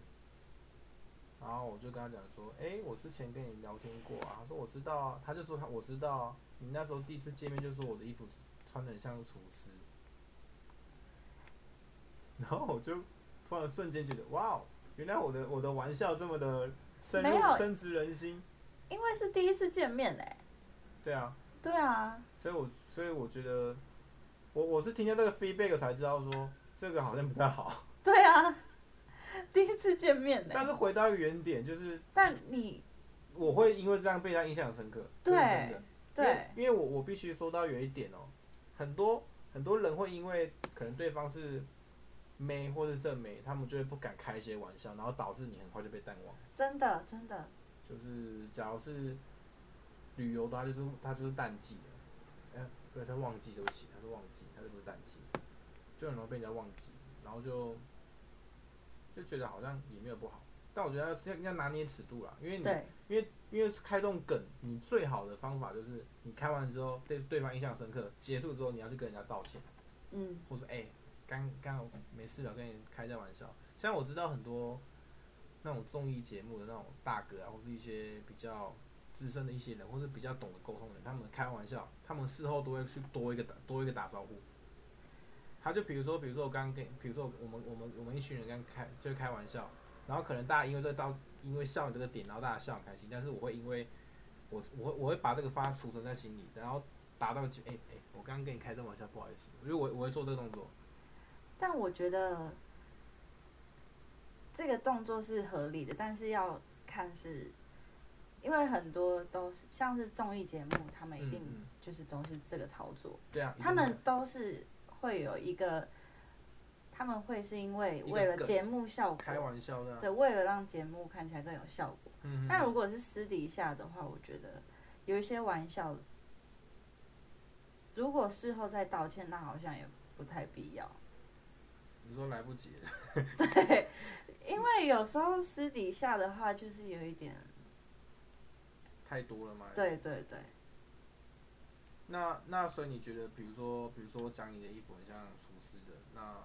Speaker 2: 然后我就跟他讲说，哎、我之前跟你聊天过啊，他说我知道啊，他就说他我知道啊，你那时候第一次见面就说我的衣服穿的很像厨师， 然后我就突然瞬间觉得，哇哦，原来我的我的玩笑这么的深
Speaker 1: 没有
Speaker 2: 入深植人心，
Speaker 1: 因为是第一次见面哎，
Speaker 2: 对啊。
Speaker 1: 对啊，
Speaker 2: 所以我所以我觉得，我我是听见这个 feedback 才知道说这个好像不 太好。
Speaker 1: 对啊，第一次见面
Speaker 2: 但
Speaker 1: 哎，
Speaker 2: 是回到原点，就是
Speaker 1: 但你
Speaker 2: 我会因为这样被他印象很深刻，这
Speaker 1: 对
Speaker 2: 是真的。因为
Speaker 1: 对。
Speaker 2: 因为我我必须说到有一点哦，很多很多人会因为可能对方是妹或是正妹，他们就会不敢开一些玩笑，然后导致你很快就被淡忘。
Speaker 1: 真的，真的，
Speaker 2: 就是假如是旅游的话，就是它就是淡季的，哎、不对，它旺季对不起，它是旺季，它是不是淡季？就很容易被人家忘记，然后就就觉得好像也没有不好，但我觉得要要要拿捏尺度啦，因为你
Speaker 1: 对，
Speaker 2: 因为开这种梗，你最好的方法就是你开完之后对对方印象深刻，结束之后你要去跟人家道歉。
Speaker 1: 嗯，
Speaker 2: 或者哎，刚刚好没事了，跟你开一下玩笑。像我知道很多那种综艺节目的那种大哥啊，或是一些比较资深的一些人，或是比较懂得沟通的人，他们开玩笑，他们事后都会去多一个打多一个打招呼。他就比如说，比如说我刚刚跟，比如说我们我们我们一群人刚开就开玩笑，然后可能大家因为这到因为笑你这个点，然后大家笑很开心，但是我会因为我我会我会把这个发储存在心里，然后达到几哎哎，我刚刚跟你开这玩笑，不好意思，因为我我会做这个动作，
Speaker 1: 但我觉得这个动作是合理的，但是要看是，因为很多都是像是综艺节目，他们一定
Speaker 2: 嗯嗯
Speaker 1: 就是都是这个操作，
Speaker 2: 对啊，
Speaker 1: 他
Speaker 2: 一定
Speaker 1: 们都是会有一个，他们会是因为
Speaker 2: 一个
Speaker 1: 为了
Speaker 2: 梗
Speaker 1: 节目效
Speaker 2: 会开
Speaker 1: 果，
Speaker 2: 玩笑的啊、
Speaker 1: 对，为了让节目看起来更有效果。
Speaker 2: 嗯，嗯
Speaker 1: 但如果是私底下的话，我觉得有一些玩笑，如果事后再道歉，那好像也不太必要。
Speaker 2: 你说来不及了，
Speaker 1: 对，因为有时候私底下的话，就是有一点，
Speaker 2: 太多了嘛。。
Speaker 1: 对对对，
Speaker 2: 那那所以你觉得，比如说比如说讲你的衣服很像厨师的，那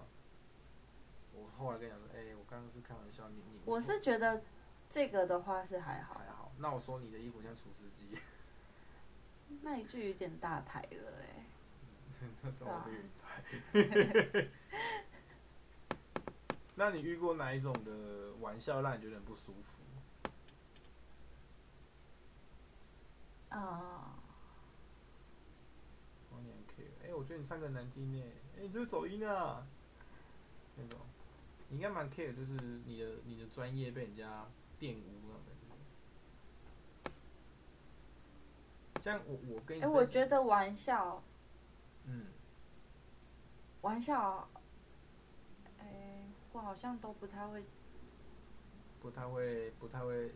Speaker 2: 我后来跟你讲说，哎、我刚刚是开玩笑，你你
Speaker 1: 我是觉得这个的话是还好，
Speaker 2: 还好，那我说你的衣服像厨师机，
Speaker 1: 那一句有点大台欸了哎、
Speaker 2: 那种我有点 那你遇过哪一种的玩笑让你觉得很不舒服？哦
Speaker 1: 啊、
Speaker 2: 完全可以。哎、我觉得你唱歌很难听呢。哎、你这是走音啊，那种，你应该蛮 care，就是你的你的专业被人家玷污那种感觉。像我我
Speaker 1: 哎、
Speaker 2: 跟你分享，
Speaker 1: 我觉得玩笑，
Speaker 2: 嗯，
Speaker 1: 玩笑，哎、我好像都不太会
Speaker 2: 不太会不太会，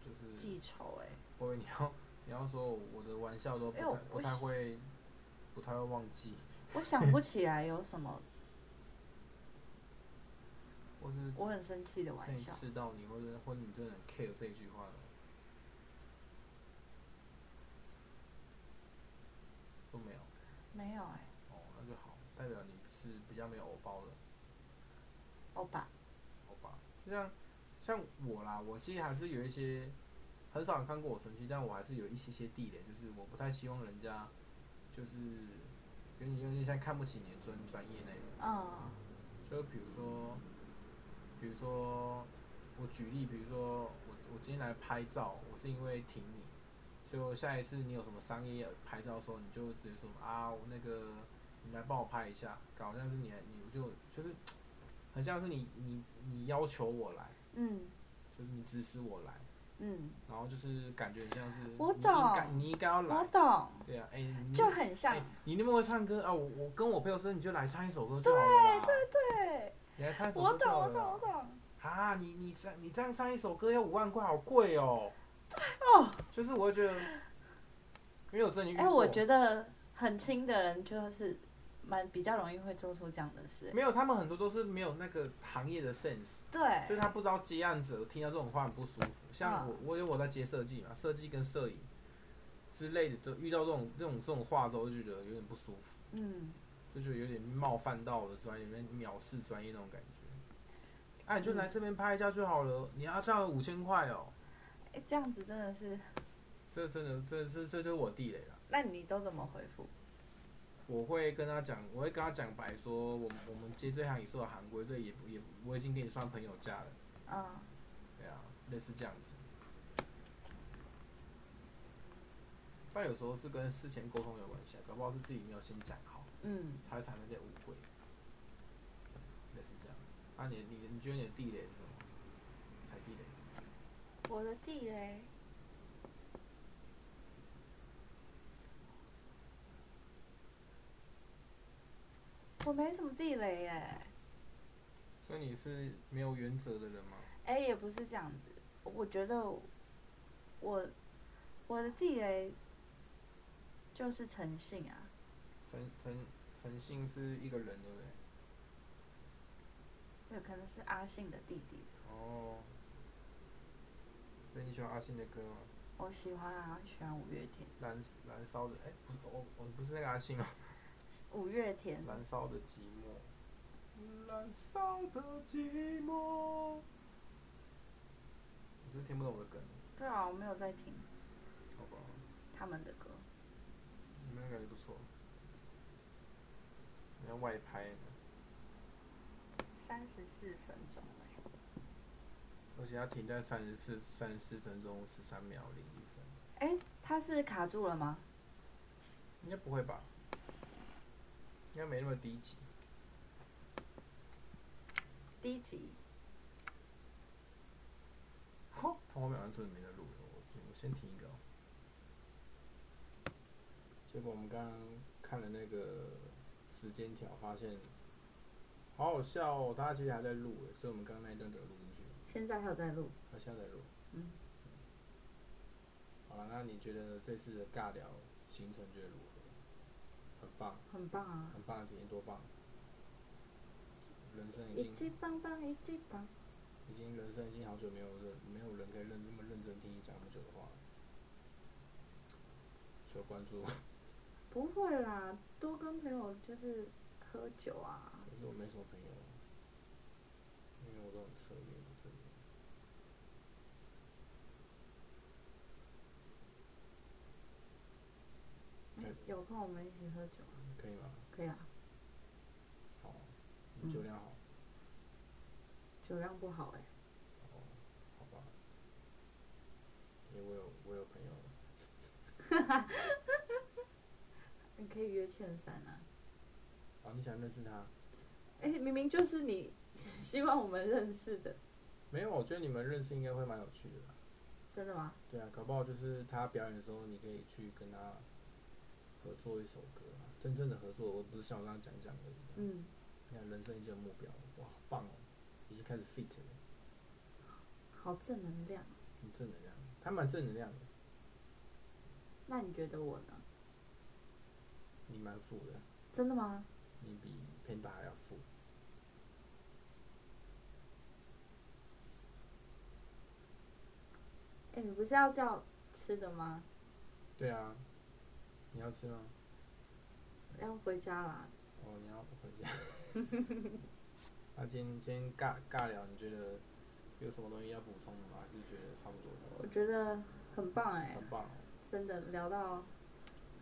Speaker 2: 就是
Speaker 1: 记仇、欸
Speaker 2: 不会你要你要说我的玩笑都不
Speaker 1: 哎
Speaker 2: 太、
Speaker 1: 我
Speaker 2: 不太会不太会忘记，
Speaker 1: 哎，我想不起来有什么
Speaker 2: 或是
Speaker 1: 我很生气的
Speaker 2: 可
Speaker 1: 玩
Speaker 2: 以
Speaker 1: 笑。
Speaker 2: 刺到你，或者或者你真的很 care 这一句话的。都没有
Speaker 1: 没有哎、
Speaker 2: 哦，那就好，代表你是比较没有偶包的，
Speaker 1: 欧巴，
Speaker 2: 好吧？就像像我啦，我其实还是有一些很少人看过我生气，但我还是有一些些地雷，就是我不太希望人家就是有点有点像看不起你的专专业那一种。
Speaker 1: 嗯，
Speaker 2: 就比如说，比如说，我举例，比如说我我今天来拍照，我是因为挺你，就下一次你有什么商业拍照的时候，你就直接说啊，我那个你来帮我拍一下，搞像是你你就就是很像是你你你要求我来，
Speaker 1: 嗯
Speaker 2: 就是你指使我来，
Speaker 1: 嗯，
Speaker 2: 然后就是感觉很像是
Speaker 1: 我
Speaker 2: 你应该
Speaker 1: 懂
Speaker 2: 你应该要
Speaker 1: 我
Speaker 2: 来，
Speaker 1: 懂，
Speaker 2: 对啊，哎、你
Speaker 1: 就很像，
Speaker 2: 哎你那么会唱歌啊，我我跟我朋友说你就来唱一首歌就好了啦，
Speaker 1: 对，
Speaker 2: 你来唱一首
Speaker 1: 我
Speaker 2: 歌就
Speaker 1: 懂，
Speaker 2: 好
Speaker 1: 我
Speaker 2: 了
Speaker 1: 懂，
Speaker 2: 啦
Speaker 1: 我。懂，
Speaker 2: 啊，你你这你这样上一首歌要五万块，好贵哦。
Speaker 1: 哦，
Speaker 2: 就是我会觉得，因为我真的遇
Speaker 1: 哎、
Speaker 2: 过，
Speaker 1: 我觉得很亲的人就是蛮比较容易会做出这样的事、
Speaker 2: 没有，他们很多都是没有那个行业的 sense，所以
Speaker 1: 对，嗯
Speaker 2: 他不知道接案者听到这种话很不舒服。像我，我因为我在接设计嘛，设计跟摄影之类的，就遇到这种这种这种话的时候，就觉得有点不舒服，
Speaker 1: 嗯，
Speaker 2: 就觉得有点冒犯到我的专业，有点藐视专业那种感觉。哎、你就
Speaker 1: 嗯
Speaker 2: 来这边拍一下就好了，你要这样五千块哦，
Speaker 1: 哎、这样子真的是，
Speaker 2: 这真的，这这这就是我地雷了。
Speaker 1: 那你都怎么回复？
Speaker 2: 我会跟他讲，我会跟他讲白说，我们我们接这行也受到行规，这也不也不我已经给你算朋友价了，
Speaker 1: 嗯，
Speaker 2: 对啊，类似这样子。但有时候是跟事前沟通有关系啊，搞不好是自己没有先讲好，
Speaker 1: 嗯，
Speaker 2: 才会产生这些误会，类似这样。啊你，你你觉得你的地雷是什么？踩地雷？
Speaker 1: 我的地雷，我没什么地雷耶、
Speaker 2: 所以你是没有原则的人吗？
Speaker 1: 哎、也不是这样子，我觉得我我的地雷就是诚信啊，
Speaker 2: 诚诚诚信是一个人，对不对？
Speaker 1: 对，可能是阿信的弟弟，
Speaker 2: 哦，所以你喜欢阿信的歌吗？
Speaker 1: 我喜欢啊，喜欢五月天，
Speaker 2: 燃燃烧的，哎、不是我，我不是那个阿信哦，
Speaker 1: 五月天，
Speaker 2: 燃烧的寂寞，嗯燃烧的寂寞。你是不是听不懂我的梗，
Speaker 1: 对啊，我没有在听
Speaker 2: 好吧？
Speaker 1: 他们的歌，
Speaker 2: 你们那个感觉不错，你要外拍呢，
Speaker 1: 三十四分钟哎、
Speaker 2: 而且要停在三十四三十四分钟十三秒零一分，
Speaker 1: 哎、他是卡住了吗？
Speaker 2: 应该不会吧？应该没那么低级。
Speaker 1: 第一集，
Speaker 2: 好，我后面好像真的没在录了，我我先停一个、哦。结果我们刚刚看了那个时间条，发现好好笑哦，它其实还在录耶，所以我们刚刚那一段都有录进去，
Speaker 1: 现在还有在录，
Speaker 2: 它现在在录。
Speaker 1: 嗯。
Speaker 2: 好了，那你觉得这次的尬聊行程觉得如何？很棒，
Speaker 1: 很棒啊，
Speaker 2: 很棒的体验，多棒！人生已
Speaker 1: 一
Speaker 2: 经
Speaker 1: 级棒棒，一级棒，
Speaker 2: 已经人生已经好久没有人没有人可以认这么认真听你讲那么久的话了。求关注，
Speaker 1: 不会啦，多跟朋友就是喝酒啊，
Speaker 2: 可是我没什么朋友，因为我都很侧面，我真的。对
Speaker 1: 有空我们一起喝酒啊，
Speaker 2: 可以吗？
Speaker 1: 可以啊。
Speaker 2: 好，你酒
Speaker 1: 嗯
Speaker 2: 量好，
Speaker 1: 酒量不好哎、
Speaker 2: 哦，好吧，因为我有我有朋友，
Speaker 1: 你可以约倩珊啊。
Speaker 2: 哦，你想认识他？
Speaker 1: 哎、明明就是你希望我们认识的，
Speaker 2: 没有，我觉得你们认识应该会蛮有趣的啦。
Speaker 1: 真的吗？
Speaker 2: 对啊，搞不好就是他表演的时候，你可以去跟他合作一首歌啊，真正的合作，我不是像我刚刚讲讲而已。
Speaker 1: 嗯，
Speaker 2: 你看人生已经有目标了，哇，好棒哦，已经开始 fit 了，
Speaker 1: 好正能量。啊
Speaker 2: 很正能量，他蛮正能量的，
Speaker 1: 那你觉得我呢？
Speaker 2: 你蛮富的，
Speaker 1: 真的吗？
Speaker 2: 你比 Panda 还要富。
Speaker 1: 哎、你不是要叫吃的吗？
Speaker 2: 对啊，你要吃吗？
Speaker 1: 要回家啦。
Speaker 2: 哦，你要回家。 那、今天今天尬尬聊，你觉得有什么东西要补充的吗？还是觉得差不多
Speaker 1: 我
Speaker 2: 了？
Speaker 1: 觉得很棒哎、
Speaker 2: 很棒哦，
Speaker 1: 真的聊到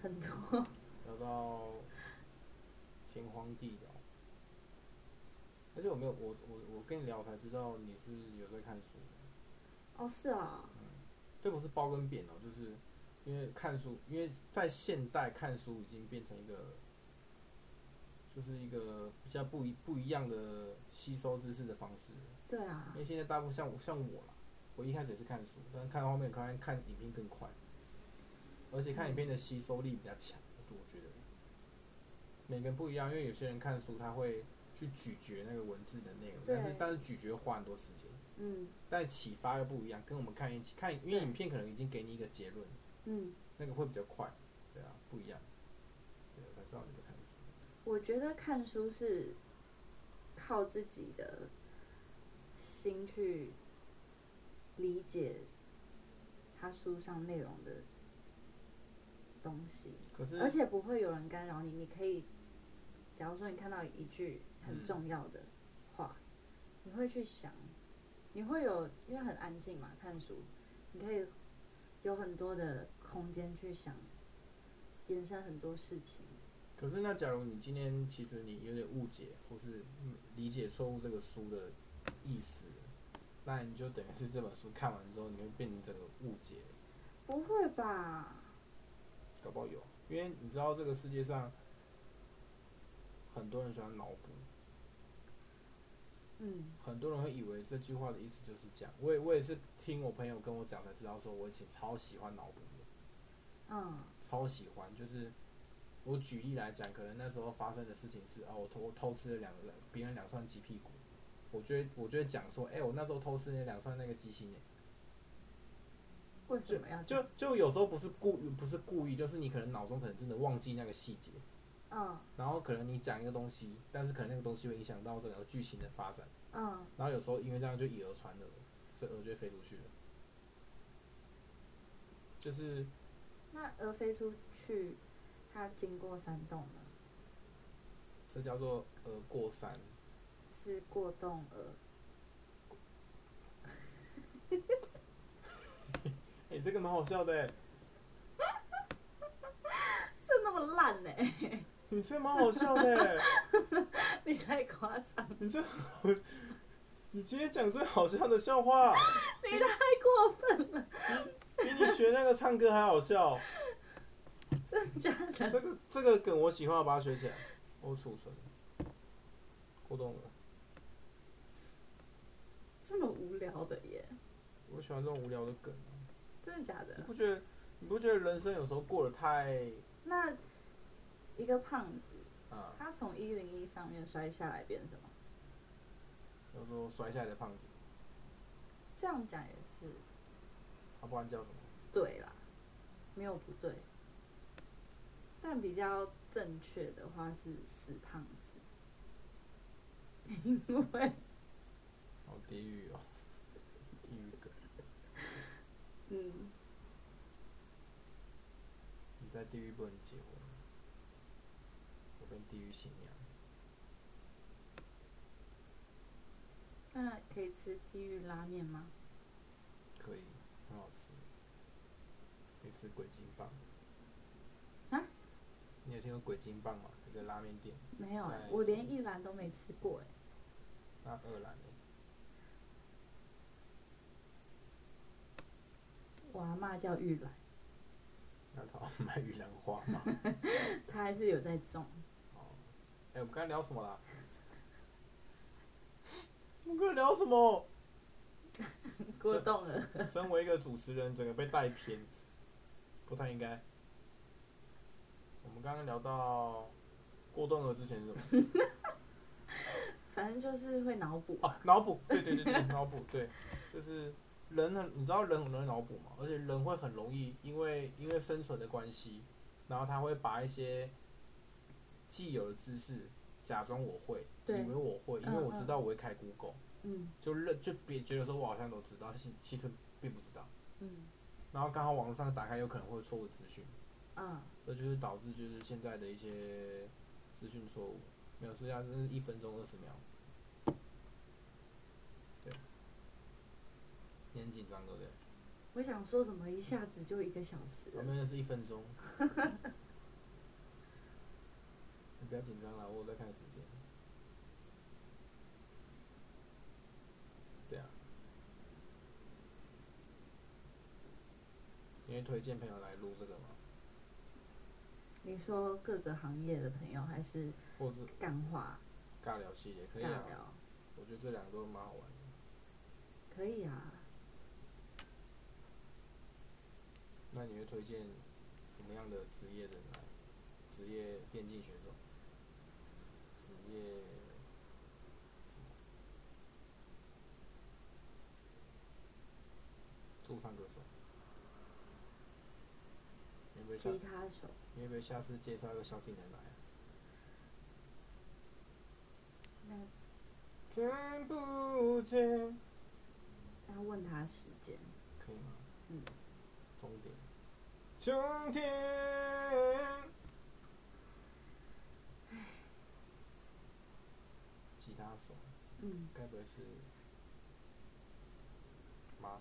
Speaker 1: 很多，
Speaker 2: 聊到天荒地老。而且我没有，我我我跟你聊才知道你是有在看书的。
Speaker 1: 哦，是啊，
Speaker 2: 这不是包跟扁哦，就是因为看书，因为在现代看书已经变成一个，就是一个比较不一不一样的吸收知识的方式了。
Speaker 1: 对啊
Speaker 2: 因，为现在大部分像我像我啦，我一开始也是看书，但是看到后面看看影片更快，而且看影片的吸收力比较强，我觉得每个人不一样，因为有些人看书他会去咀嚼那个文字的内容，但是
Speaker 1: 对
Speaker 2: 但是咀嚼花很多时间，
Speaker 1: 嗯
Speaker 2: 但启发又不一样，跟我们看一起看，因为
Speaker 1: 对
Speaker 2: 影片可能已经给你一个结论，
Speaker 1: 嗯，
Speaker 2: 那个会比较快，对啊，不一样，对，啊我才知道你在看书，
Speaker 1: 我觉得看书是靠自己的心去理解他书上内容的东西，
Speaker 2: 可是
Speaker 1: 而且不会有人干扰你，你可以，假如说你看到一句很重要的话，你会去想，你会有因为很安静嘛，看书，你可以有很多的空间去想，延伸很多事情。
Speaker 2: 可是，那假如你今天其实你有点误解或是嗯理解错误这个书的意思，那你就等于是这本书看完之后，你会变成整个误解，
Speaker 1: 不会吧？
Speaker 2: 搞不好有，因为你知道这个世界上很多人喜欢脑补，
Speaker 1: 嗯，
Speaker 2: 很多人会以为这句话的意思就是这样。我也我也是听我朋友跟我讲才知道，说我以前超喜欢脑补的。
Speaker 1: 嗯，
Speaker 2: 超喜欢，就是我举例来讲，可能那时候发生的事情是哦，我偷我偷吃了两个别人两串鸡屁股，我就会我就会讲说，哎、我那时候偷吃那两串那个鸡心耶，
Speaker 1: 为什么要这
Speaker 2: 就
Speaker 1: 样？
Speaker 2: 就有时候不是故不是故意，就是你可能脑中可能真的忘记那个细节，
Speaker 1: 嗯
Speaker 2: 然后可能你讲一个东西，但是可能那个东西会影响到整个剧情的发展，
Speaker 1: 嗯，
Speaker 2: 然后有时候因为这样就以讹传讹，所以讹就会飞出去了，就是
Speaker 1: 那鹅飞出去，它经过山洞了，
Speaker 2: 这叫做讹过山。
Speaker 1: 是过洞鹅。
Speaker 2: 哎、这个蛮好笑的、欸。
Speaker 1: 这那么烂呢、
Speaker 2: 你这蛮好笑 的，欸
Speaker 1: 你太夸张，
Speaker 2: 你这好，你今天讲最好笑的笑话，
Speaker 1: 太过分了，
Speaker 2: 比你学那个唱歌还好笑。
Speaker 1: 真的假的？
Speaker 2: 这个这个梗我喜欢，我把它学起来，我储存。过动了，
Speaker 1: 这么无聊的耶，
Speaker 2: 我喜欢这种无聊的梗。
Speaker 1: 真的假
Speaker 2: 你
Speaker 1: 的？
Speaker 2: 不觉得？你不觉得人生有时候过得太
Speaker 1: 那一个胖子，
Speaker 2: 啊，
Speaker 1: 他从一零一上面摔下来变什么？
Speaker 2: 叫做摔下来的胖子，
Speaker 1: 这样讲也是
Speaker 2: 他啊不然叫什么？
Speaker 1: 对啦，没有不对。但比较正确的话是死胖子， 因为
Speaker 2: 哦，地狱哦，地狱梗。
Speaker 1: 嗯，
Speaker 2: 你在地狱不能结婚，我跟地狱新娘。
Speaker 1: 那可以吃地狱拉面吗？
Speaker 2: 可以，很好吃，可以吃鬼金棒。
Speaker 1: 啊？
Speaker 2: 你有听过鬼金棒吗？一个拉面店，
Speaker 1: 没有哎、欸
Speaker 2: 在
Speaker 1: 我连一兰都没吃过哎、
Speaker 2: 那二兰的，
Speaker 1: 它叫玉 兰，
Speaker 2: 那他卖玉兰花吗？
Speaker 1: 它还是有在种。
Speaker 2: 哎、我们刚才聊什么啦？我们刚才聊什么？
Speaker 1: 过动了，
Speaker 2: 身为一个主持人，整个被带偏，不太应该。我们刚刚聊到过动儿之前是什么？
Speaker 1: 反正就是会脑补。
Speaker 2: 哦，脑补，对对对对， 脑补，对，就是人很，你知道人很容易脑补嘛，而且人会很容易因为因为生存的关系，然后他会把一些既有的知识假装我会，
Speaker 1: 对
Speaker 2: 以为我会，因为
Speaker 1: 嗯
Speaker 2: 我知道我会开 Google，、
Speaker 1: 嗯
Speaker 2: 就认就别觉得说我好像都知道，其其实并不知道，
Speaker 1: 嗯
Speaker 2: 然后刚好网络上打开有可能会有错误资讯，
Speaker 1: 嗯，
Speaker 2: 这就是导致就是现在的一些资讯错误，没有事下是一分钟二十秒。对，你很紧张对不对？
Speaker 1: 我想说怎么一下子就一个小时
Speaker 2: 我
Speaker 1: 了？
Speaker 2: 们那是一分钟。你不要紧张了，我有在看时间。对啊，因为推荐朋友来录这个嘛，
Speaker 1: 你说各个行业的朋友还是
Speaker 2: 或是
Speaker 1: 干话
Speaker 2: 尬聊系列可
Speaker 1: 尬
Speaker 2: 以啊，
Speaker 1: 聊？
Speaker 2: 我觉得这两个都蛮好玩的。
Speaker 1: 可以啊，
Speaker 2: 那你会推荐什么样的职业人来？职业电竞选手，职业什么？驻唱歌手。你会不会下
Speaker 1: 吉？他手。
Speaker 2: 你会不会下次介绍一个小技能来啊？
Speaker 1: 那
Speaker 2: 看不见，
Speaker 1: 要问他时间，
Speaker 2: 可以吗？
Speaker 1: 嗯。
Speaker 2: 终点。终点。吉他手。
Speaker 1: 嗯，
Speaker 2: 该不会是吗？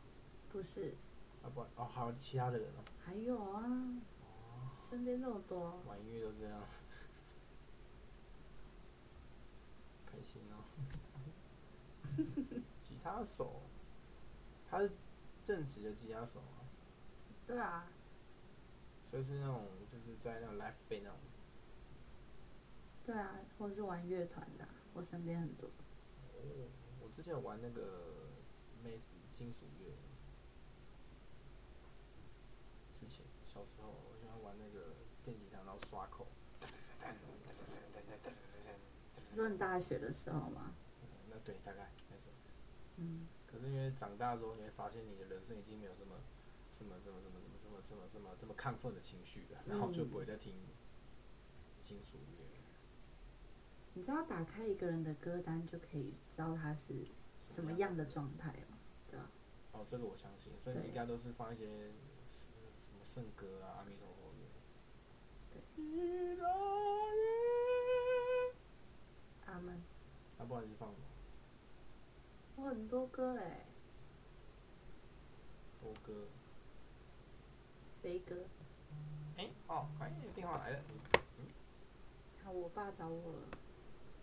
Speaker 1: 不是，
Speaker 2: 啊不然，哦，还有其他的人哦。
Speaker 1: 还有啊，身边那么多，
Speaker 2: 玩音乐都这样，开心哦。吉他手，他是正职的吉他手啊，
Speaker 1: 对啊，
Speaker 2: 所以是那种就是在那种 live band 那种。
Speaker 1: 对啊，或是玩乐团的啊、我身边很多。
Speaker 2: 哦，我之前有玩那个妹金属乐，之前小时候我喜欢玩那个电吉他，然后刷口。
Speaker 1: 是说你大学的时候吗？
Speaker 2: 嗯那对，大概那时候。
Speaker 1: 嗯，
Speaker 2: 可是因为长大之后，你会发现你的人生已经没有这么、这么、这么、这么、这么、这么、这么、这么、这么亢奋的情绪了，然后就
Speaker 1: 嗯
Speaker 2: 不会再听金属乐了。
Speaker 1: 你知道打开一个人的歌单就可以知道他是怎么样的状态吗？对吧、
Speaker 2: 哦，这个我相信，所以你
Speaker 1: 对
Speaker 2: 应该都是放一些什什么圣歌啊、阿弥陀佛乐。
Speaker 1: 对
Speaker 2: 一拉一。
Speaker 1: 阿门，
Speaker 2: 啊，不然你放什么？
Speaker 1: 我很多歌欸嘞，
Speaker 2: 多歌。
Speaker 1: 飞歌。
Speaker 2: 哎、哦，哎、电话来了。
Speaker 1: 好，我爸找我了，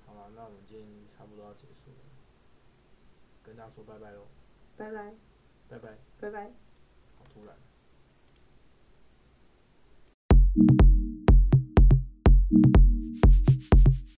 Speaker 2: 好了，那我们今天差不多要结束了，跟大家说拜拜喽，
Speaker 1: 拜拜，
Speaker 2: 拜拜。
Speaker 1: 拜拜。
Speaker 2: 好突然。